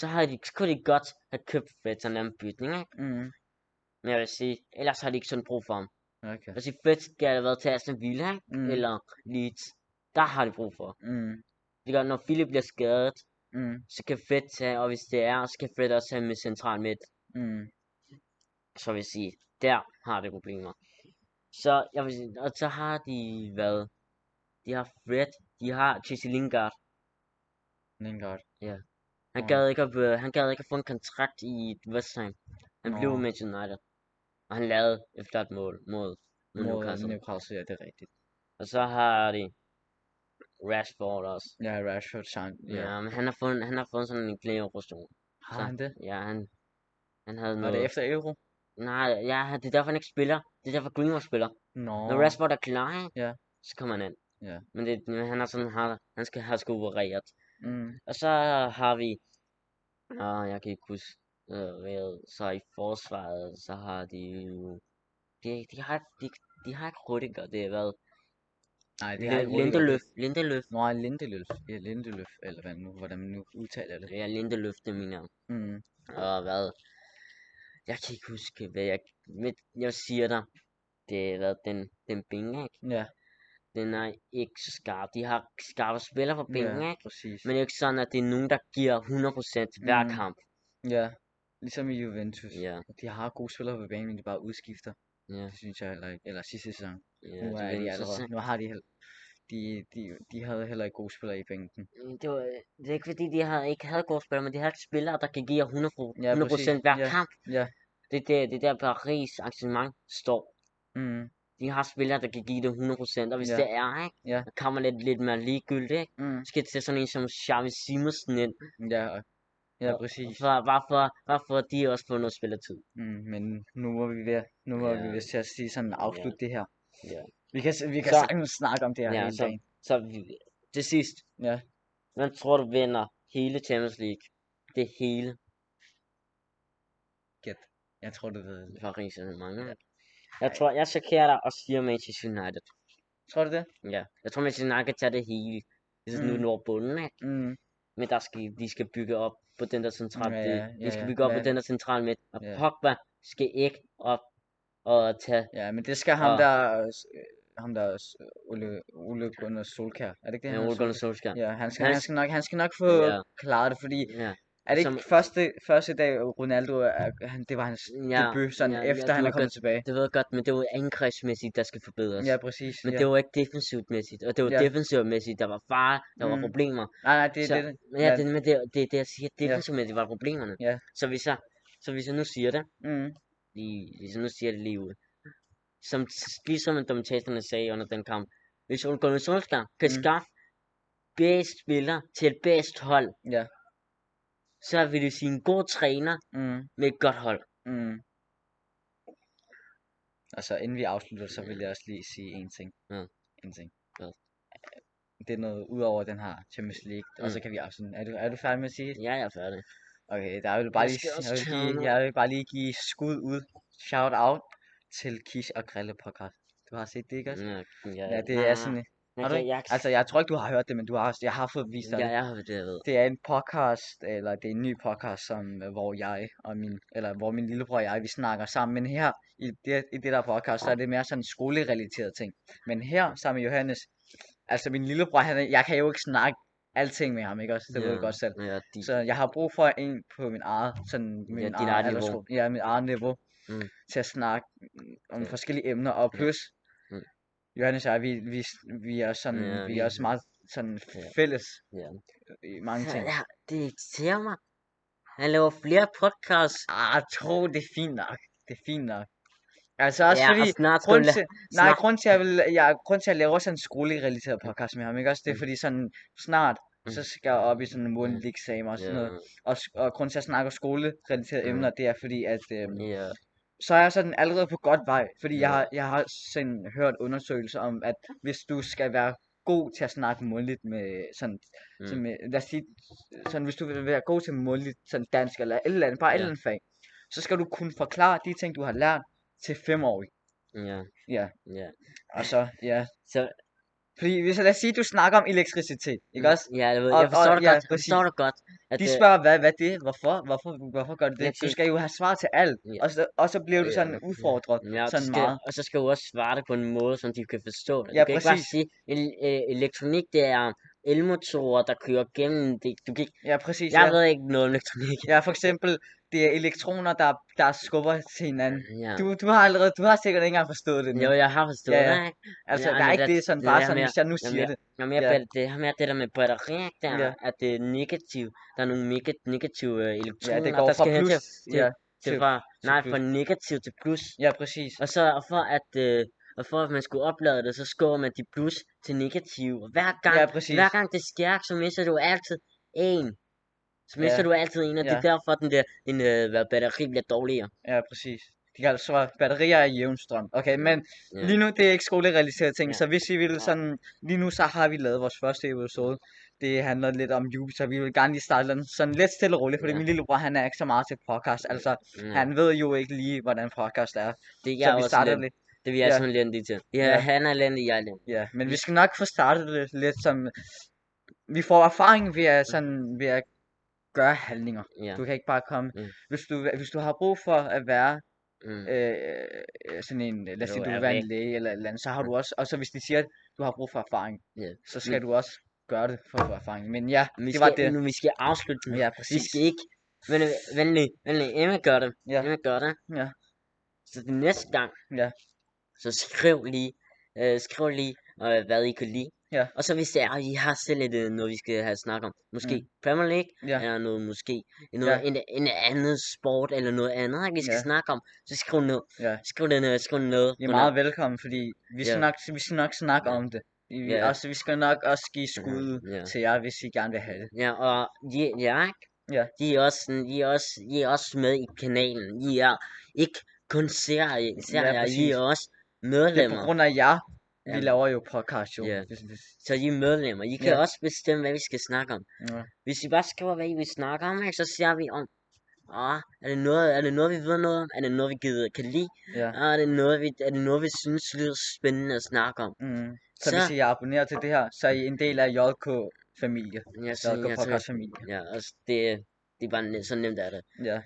B: Så har de, så kunne de godt have købt Fred sådan en bytning, ikke?
A: Mm.
B: Men jeg vil sige, ellers har de ikke sådan brug for ham.
A: Okay.
B: Hvis de Fred skal have været til Aston Villa, ikke?
A: Mm.
B: Eller Leeds, der har de brug for.
A: Mm.
B: Det gør, når Philip bliver skadet,
A: Mm.
B: så kan Fred tage, og hvis det er, så kan Fred også have med central midt.
A: Mm.
B: Så vil jeg sige, der har det problemer. Så jeg vil sige, og så har de hvad? De har Fred, de har Jesse Lingard.
A: Lingard.
B: Han
A: Nå.
B: gad ikke at, øh, han gad ikke at få en kontrakt i West Ham. Han blev
A: Nå.
B: med United. Og han lavede efter et mål mod, mod
A: Mod
B: Newcastle.
A: Newcastle, ja, det er rigtigt.
B: Og så har de Rashford også.
A: Ja, Rashford, Sound.
B: Ja, men han har fået, han har fået sådan en knæoperation.
A: Har
B: så-
A: han det?
B: Ja, han, han havde
A: Var
B: noget...
A: det efter Euro?
B: Nej, ja, det er derfor, han ikke spiller. Det er derfor, Greenwood spiller.
A: Nå.
B: Når Rashford er klar, ikke?
A: Ja.
B: så kommer han ind.
A: Ja.
B: Men, det, men han har sådan, har, han skal have skal opereret.
A: Mm.
B: Og så har vi, ah, jeg kan ikke huske, øh, hvad, så i forsvaret, så har de jo, de, de har, de, de har ikke Rudiger, det er hvad,
A: Nej, det har
B: Lin-
A: ikke Rudiger.
B: Lindeløf, Lindeløf,
A: Nå, Lindeløf. Ja, Lindeløf, eller hvad nu, hvordan man nu udtaler det.
B: ja, Lindeløf, det mener jeg.
A: Mm.
B: og hvad, jeg kan ikke huske, hvad jeg, men jeg siger dig, det er hvad, den, den bing, ikke?
A: Ja.
B: den er ikke så skarp. De har skarpe spillere på bænken,
A: ja,
B: ikke?
A: præcis.
B: Men det er jo ikke sådan, at det er nogen, der giver 100% til hver
A: Mm.
B: kamp.
A: Ja, ligesom i Juventus.
B: Ja,
A: De har gode spillere på banen, men de bare udskifter.
B: ja,
A: Det synes jeg heller ikke. Eller sidste sæson.
B: ja.
A: nu,
B: det
A: er
B: var
A: de
B: en
A: allerede,
B: sæson.
A: nu har de heller, de, de, de havde heller ikke gode spillere i bænken.
B: Men Det, var, det er ikke fordi, de havde, ikke havde gode spillere, men de havde ikke spillere, der kan give jer 100,
A: Ja,
B: 100
A: præcis.
B: hver
A: Ja,
B: kamp.
A: ja.
B: Det er der, det er der Paris arrangement står.
A: Mm.
B: De har spillere, der kan give det 100%, og hvis
A: Ja.
B: det er, ikke?
A: Ja.
B: Der kommer lidt, lidt mere ligegyldigt, ikke?
A: Mm.
B: Så skal det sådan en som Xavi Simonsen ind,
A: Ja, og- ja,
B: Og-
A: præcis.
B: for, bare, for, bare for, at de også får noget spilletid.
A: Mm, men nu var vi ved, nu var vi
B: Ja.
A: ved til at sige sådan afslutte det her.
B: Ja.
A: Vi kan, s- vi kan
B: Så-
A: sagtens snakke om det her
B: Ja,
A: hele
B: så-
A: dagen.
B: Så vi, til sidst,
A: Ja.
B: hvem tror du vinder hele Champions League? Det hele
A: Jeg tror, du ved det.
B: Paris Saint-Germain. Ja. Jeg tror, jeg chokerer dig og siger Manchester United.
A: Tror du det?
B: Ja, jeg tror, Manchester United tager det hele. Hvis mm. nu
A: Mm.
B: når bunden, ikke?
A: Mm.
B: Men der skal, de skal bygge op på den der centrale
A: Ja,
B: ja,
A: ja, ja,
B: De skal
A: ja.
B: bygge op på
A: Men-
B: den der centrale midt. Og
A: Ja.
B: Pogba skal ikke op og tage...
A: Ja, men det skal ham
B: Og-
A: der, øh, s- øh, ham der øh, s- Ole, Ole Gunnar Solkær. Er det ikke det,
B: Ja,
A: han hedder?
B: Ole Gunnar Solskjaer.
A: Ja, han skal,
B: Han
A: han
B: s-
A: skal nok, han skal nok få
B: Ja.
A: klaret det, fordi
B: Ja.
A: er det ikke
B: Som-
A: første, første dag, Ronaldo, er, han, det var hans
B: ja.
A: debut, sådan
B: ja,
A: ja,
B: ja,
A: efter
B: det
A: han
B: var
A: er kommet tilbage.
B: Det ved jeg godt, men det var angrebsmæssigt, der skal forbedres.
A: Ja, præcis.
B: Men
A: ja.
B: det var ikke defensivt mæssigt, og det var
A: Ja.
B: defensivt mæssigt, der var fare, der var
A: Mm.
B: problemer.
A: Nej, nej, det er
B: så-
A: det. det-
B: Men ja,
A: Ja.
B: det, men det, det, er ligesom, det jeg siger,
A: Ja.
B: defensivt mæssigt var problemerne.
A: Ja.
B: Så hvis jeg, så hvis jeg nu siger det,
A: Mm,
B: lige, hvis jeg nu siger det lige ud, som, ligesom domitatorerne sagde under den kamp, hvis Ole Gunnar Solskjaer kan
A: Mm.
B: skaffe bedst spiller til et bedst hold,
A: ja.
B: så vil det sige en god træner
A: Mm,
B: med et godt hold.
A: mm. Altså, inden vi afslutter, så vil jeg også lige sige en ting.
B: Ja.
A: En ting.
B: Hvad?
A: Det er noget ud over den her Champions League, og så
B: Mm.
A: kan vi afslutte. Er du, er du færdig med at sige
B: Ja, jeg er færdig.
A: Okay, der vil bare
B: Jeg
A: lige,
B: skal også
A: jeg vil
B: tørre
A: lige,
B: nu.
A: jeg vil bare lige give skud ud, shout out til Kish og Grille podcast. Du har set det, ikke også?
B: Ja, ja,
A: Ja, det
B: Mm. nej,
A: er
B: nej,
A: sådan,
B: nej,
A: har du
B: jeg-
A: ikke?
B: jeg,
A: altså jeg tror ikke, du har hørt det, men du har, også- jeg har fået vist dig
B: Ja,
A: det.
B: jeg har det, jeg ved.
A: Det er en podcast, eller det er en ny podcast, som, øh, hvor jeg og min, eller hvor min lillebror og jeg, vi snakker sammen. Men her, i det, i det der podcast, så er det mere sådan skolerelaterede ting. Men her, sammen med Johannes, altså min lillebror, han, er- jeg kan jo ikke snakke alting med ham, ikke også? Det ved du
B: Ja,
A: godt selv.
B: Ja, de,
A: Så jeg har brug for en på min eget, sådan min
B: dit
A: eget,
B: eget niveau.
A: aldersgruppe- ja, mit eget niveau,
B: Mm.
A: til at snakke mm, om
B: Ja.
A: forskellige emner, og
B: Ja.
A: plus,
B: Mm.
A: Johannes og jeg, vi, vi, vi er sådan,
B: Ja,
A: vi
B: vi-
A: er også meget sådan
B: Ja.
A: fælles
B: ja.
A: i mange ting.
B: Ja, det irriterer mig. Han laver flere podcasts.
A: Ah, tro, det er fint nok, det er fint nok. Altså også
B: ja,
A: fordi,
B: og snart
A: grund
B: skulle la-
A: til, nej,
B: snak-
A: grund til, jeg vil, jeg, grund til, at jeg laver sådan en skolerelateret podcast med ham, ikke også? Det er
B: Mm.
A: fordi sådan, snart,
B: Mm.
A: så skal jeg op i sådan en mundtlig eksamen og sådan noget. Og, s- og grund til, at jeg snakker skolerelaterede
B: Mm.
A: emner, det er fordi, at øhm,
B: Ja,
A: så er jeg sådan allerede på godt vej, fordi jeg
B: Ja.
A: har, jeg har sådan hørt undersøgelser om, at hvis du skal være god til at snakke mundtligt med sådan,
B: Mm.
A: mm. sådan med, lad os sige, sådan hvis du vil være god til mundtligt, sådan dansk eller et eller andet, bare et
B: Ja.
A: eller andet fag, så skal du kunne forklare de ting, du har lært til femårige.
B: ja,
A: Ja,
B: ja.
A: og så, ja.
B: Så,
A: Fordi hvis lad os sige, du snakker om elektricitet, ikke også?
B: ja, jeg, ved,
A: Og-
B: jeg forstår
A: og-
B: det
A: ja,
B: godt, jeg
A: præcis.
B: forstår det godt. At øh,
A: De
B: det-
A: spørger, hvad, hvad det er, hvorfor, hvorfor, hvorfor gør du
B: Ja,
A: det? Du
B: det-
A: skal jo have svar til alt,
B: Ja.
A: og så, og så bliver du
B: Ja,
A: sådan
B: ja.
A: udfordret
B: Ja, og, så
A: sådan
B: skal,
A: meget.
B: og så skal du også svare det på en måde, som de kan forstå det.
A: Ja,
B: du kan ikke bare
A: præcis.
B: sige, el- øh, elektronik det er elmotorer, der kører gennem det. Du kan ikke,
A: Ja, præcis.
B: jeg
A: ja.
B: ved ikke noget om elektronik.
A: Ja, for eksempel, det er elektroner, der, der skubber til hinanden.
B: Ja.
A: Du, du har allerede, du har sikkert ikke engang forstået det nu.
B: Jo, jeg har forstået
A: Ja,
B: ja,
A: ja.
B: ja. det. ikke?
A: altså,
B: ja,
A: der er
B: men
A: ikke
B: det-
A: det sådan
B: det
A: bare
B: er
A: sådan,
B: mere-
A: hvis jeg nu
B: jamen,
A: siger
B: jeg-
A: det.
B: Når mere
A: Ja.
B: ja. det her med det der med batteri, ikke, der,
A: Ja.
B: ja. at det er negativt. Der er nogle neg- negative øh,
A: Ja,
B: elektroner,
A: det går
B: der
A: fra
B: skal hen
A: plus
B: til,
A: ja,
B: til,
A: til-
B: fra,
A: til
B: nej,
A: plus.
B: fra negativ til plus.
A: ja, præcis.
B: Og så og for at øh, og for at man skulle oplade det, så skår man de plus til negativ. Og hver gang,
A: Ja, præcis.
B: hver gang det sker, så mister du altid en. Så mister
A: Ja.
B: du altid en, og det er derfor, den der den, øh, hvad, batteri bliver dårligere.
A: Ja, præcis. De kan altså være batterier i jævn strøm. Okay, men
B: Ja.
A: lige nu, det er ikke skolerealiserede ting,
B: Ja.
A: så hvis I vil
B: Nej.
A: sådan... Lige nu, så har vi lavet vores første episode. Det handler lidt om Jupiter. Vi vil gerne lige starte den sådan lidt stille og roligt, fordi
B: Ja.
A: min lillebror, han er ikke så meget til podcast. Altså,
B: Ja.
A: han ved jo ikke lige, hvordan podcast er.
B: det er
A: så
B: jeg
A: vi
B: også
A: starter
B: lidt.
A: lidt.
B: Det er jeg
A: Ja.
B: sådan lidt til. Ja,
A: Ja.
B: han er lidt, jeg er lidt.
A: Ja, men vi skal nok få startet det lidt som... Vi får erfaring ved at, sådan, ved at gøre handlinger.
B: Ja.
A: Du kan ikke bare komme...
B: Mm.
A: Hvis, du, hvis du har brug for at være
B: Mm.
A: øh, øh, sådan en... Lad os
B: Du
A: sige, du
B: er
A: vil være en
B: væk.
A: læge eller et eller andet, så har du også... Og så hvis de siger, du har brug for erfaring,
B: Ja, Mm.
A: så skal du også gøre det for at få erfaring. Men ja,
B: Vi
A: det
B: skal,
A: var det.
B: Nu, vi skal afslutte den.
A: Ja,
B: Vi
A: præcis.
B: skal ikke. Men øh, venlig, venlig, Emma gør det.
A: Ja.
B: Emma gør det.
A: Ja.
B: Så den næste gang,
A: Ja.
B: så skriv lige, øh, skriv lige, øh, hvad I kunne lide.
A: Ja.
B: Og så hvis det er, at I har selv et, øh, noget, vi skal have snakket om. Måske mm. Premier League,
A: Ja.
B: eller noget måske noget, en, en anden sport, eller noget andet, ikke, vi skal
A: Ja.
B: snakke om. Så skriv noget.
A: Ja.
B: Skriv det ned, skriv det ned.
A: I er
B: under-
A: meget velkommen, fordi vi skal,
B: Ja.
A: nok, vi skal nok snakke
B: Ja.
A: om det. I, vi,
B: Ja.
A: også, vi skal nok også give skud
B: Ja.
A: til jer, hvis I gerne vil have det.
B: Ja, og de, ja, ikke?
A: Ja.
B: De er også, sådan- de er også, I er også med i kanalen. I er ikke kun serie, serier, I
A: præcis.
B: er også
A: Det er på
B: medlemmer.
A: grund af jer, vi
B: Ja.
A: laver jo podcast jo.
B: Ja.
A: Hvis, hvis,
B: Så I er medlemmer. I kan
A: Ja.
B: også bestemme, hvad vi skal snakke om.
A: ja.
B: Hvis I bare skriver, hvad I vil snakke om, ikke, så siger vi om, ah, er det noget, er det noget, vi ved noget om? Er det noget, vi gider, kan lide?
A: ja.
B: Ah, er det noget, vi, er det noget, vi synes lyder spændende at snakke om?
A: Mm. Så,
B: Så-
A: så hvis I er abonneret til det her, så er I en del af JK-familie.
B: Ja, så,
A: JK
B: ja, så,
A: podcast-familie.
B: ja, og s- det, det er bare ne- så nemt er det.
A: Ja.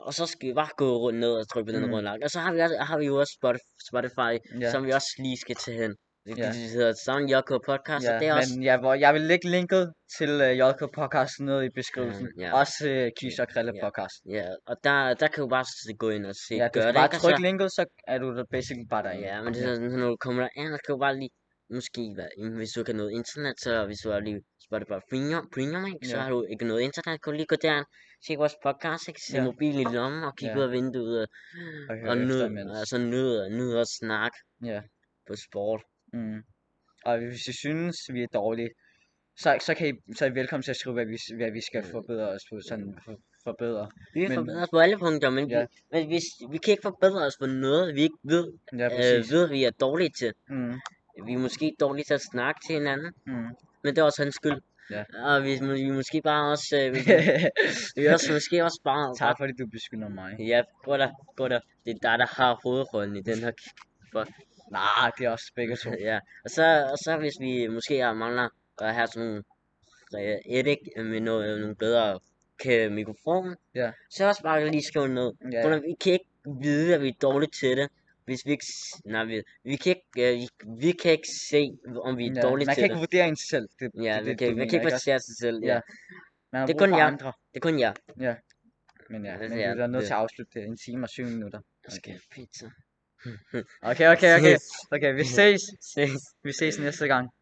B: Og så skal vi bare gå rundt ned og trykke på den
A: Mhm.
B: røde lak. Og så har vi, også, har vi jo også Spotif- Spotify,
A: ja.
B: som vi også lige skal til hen. Det,
A: Ja.
B: ja. det hedder Sound Yoko Podcast, ja,
A: ja,
B: og Altså, det er også...
A: men ja, hvor jeg vil lægge linket til uh, JK podcasten ned i beskrivelsen.
B: Ja, ja.
A: Også uh, Kis og Krille
B: Ja.
A: podcast.
B: Ja, og der, der kan du bare s- gå ind og se,
A: Ja, du
B: gør
A: skal
B: det,
A: bare
B: ikke? Og
A: trykke linket, så er du da basically bare
B: så,
A: derinde.
B: Ja, men det er sådan, når du kommer derind, så kan du bare lige... Måske, hvad, hvis du ikke har noget internet, så hvis du har lige Spotify Premium, premium ikke? så
A: Ja.
B: har du ikke noget internet, kan du lige gå derind, tjek vores podcast, ikke? Se
A: Ja.
B: mobil i lommen og kigge
A: Ja.
B: ud af vinduet, og,
A: Og høre
B: og
A: efter,
B: nyde,
A: mens.
B: og så nyde, nyde at snakke
A: Ja.
B: på sport.
A: Mm. Og hvis I synes, vi er dårlige, så, så, kan I, så er I velkommen til at skrive, hvad vi, hvad vi skal
B: Ja.
A: forbedre os på. Sådan for, forbedre.
B: Vi kan
A: Men-
B: forbedre os på alle punkter, men, ja.
A: Ja.
B: vi, men hvis, vi kan ikke forbedre os på noget, vi ikke ved,
A: Ja,
B: øh,
A: præcis.
B: ved vi er dårlige til.
A: Mm.
B: Vi er måske dårlige til at snakke til hinanden,
A: Mm.
B: men det er også hans skyld.
A: Ja.
B: Og vi, må- vi er måske bare også, øh, vi, vi- vi er også, måske også bare...
A: tak fordi du beskynder mig.
B: Ja, gå der, gå der. Det er dig, der har hovedrollen i den her... k-
A: Nej, det er også begge to.
B: Ja, og så, og så hvis vi måske har- mangler at have sådan nogle øh, etik med noget, nogle bedre k- mikrofon,
A: Ja.
B: så også bare lige skrive ned.
A: Ja,
B: Hvordan, vi kan ikke vide, at vi er dårlige til det, hvis vi ikke... s- Nej, vi, vi, kan ikke, øh, vi, vi kan ikke se, om vi er
A: ja.
B: dårlige
A: Man
B: til
A: kan
B: det.
A: ikke vurdere en selv. Det,
B: ja,
A: det,
B: vi
A: det,
B: kan,
A: du mener,
B: man kan ikke
A: ikke også?
B: basere sig selv. Ja.
A: Ja. Man har
B: det er
A: brug
B: kun
A: for
B: jer.
A: andre.
B: Det er kun jer.
A: Men ja,
B: Altså,
A: men vi
B: ja,
A: er da nødt
B: det-
A: til at afslutte det. En time og syv minutter.
B: Jeg skal have pizza.
A: Okay, okay, okay.
B: Ses.
A: Okay, vi ses.
B: Ses.
A: Vi ses næste gang.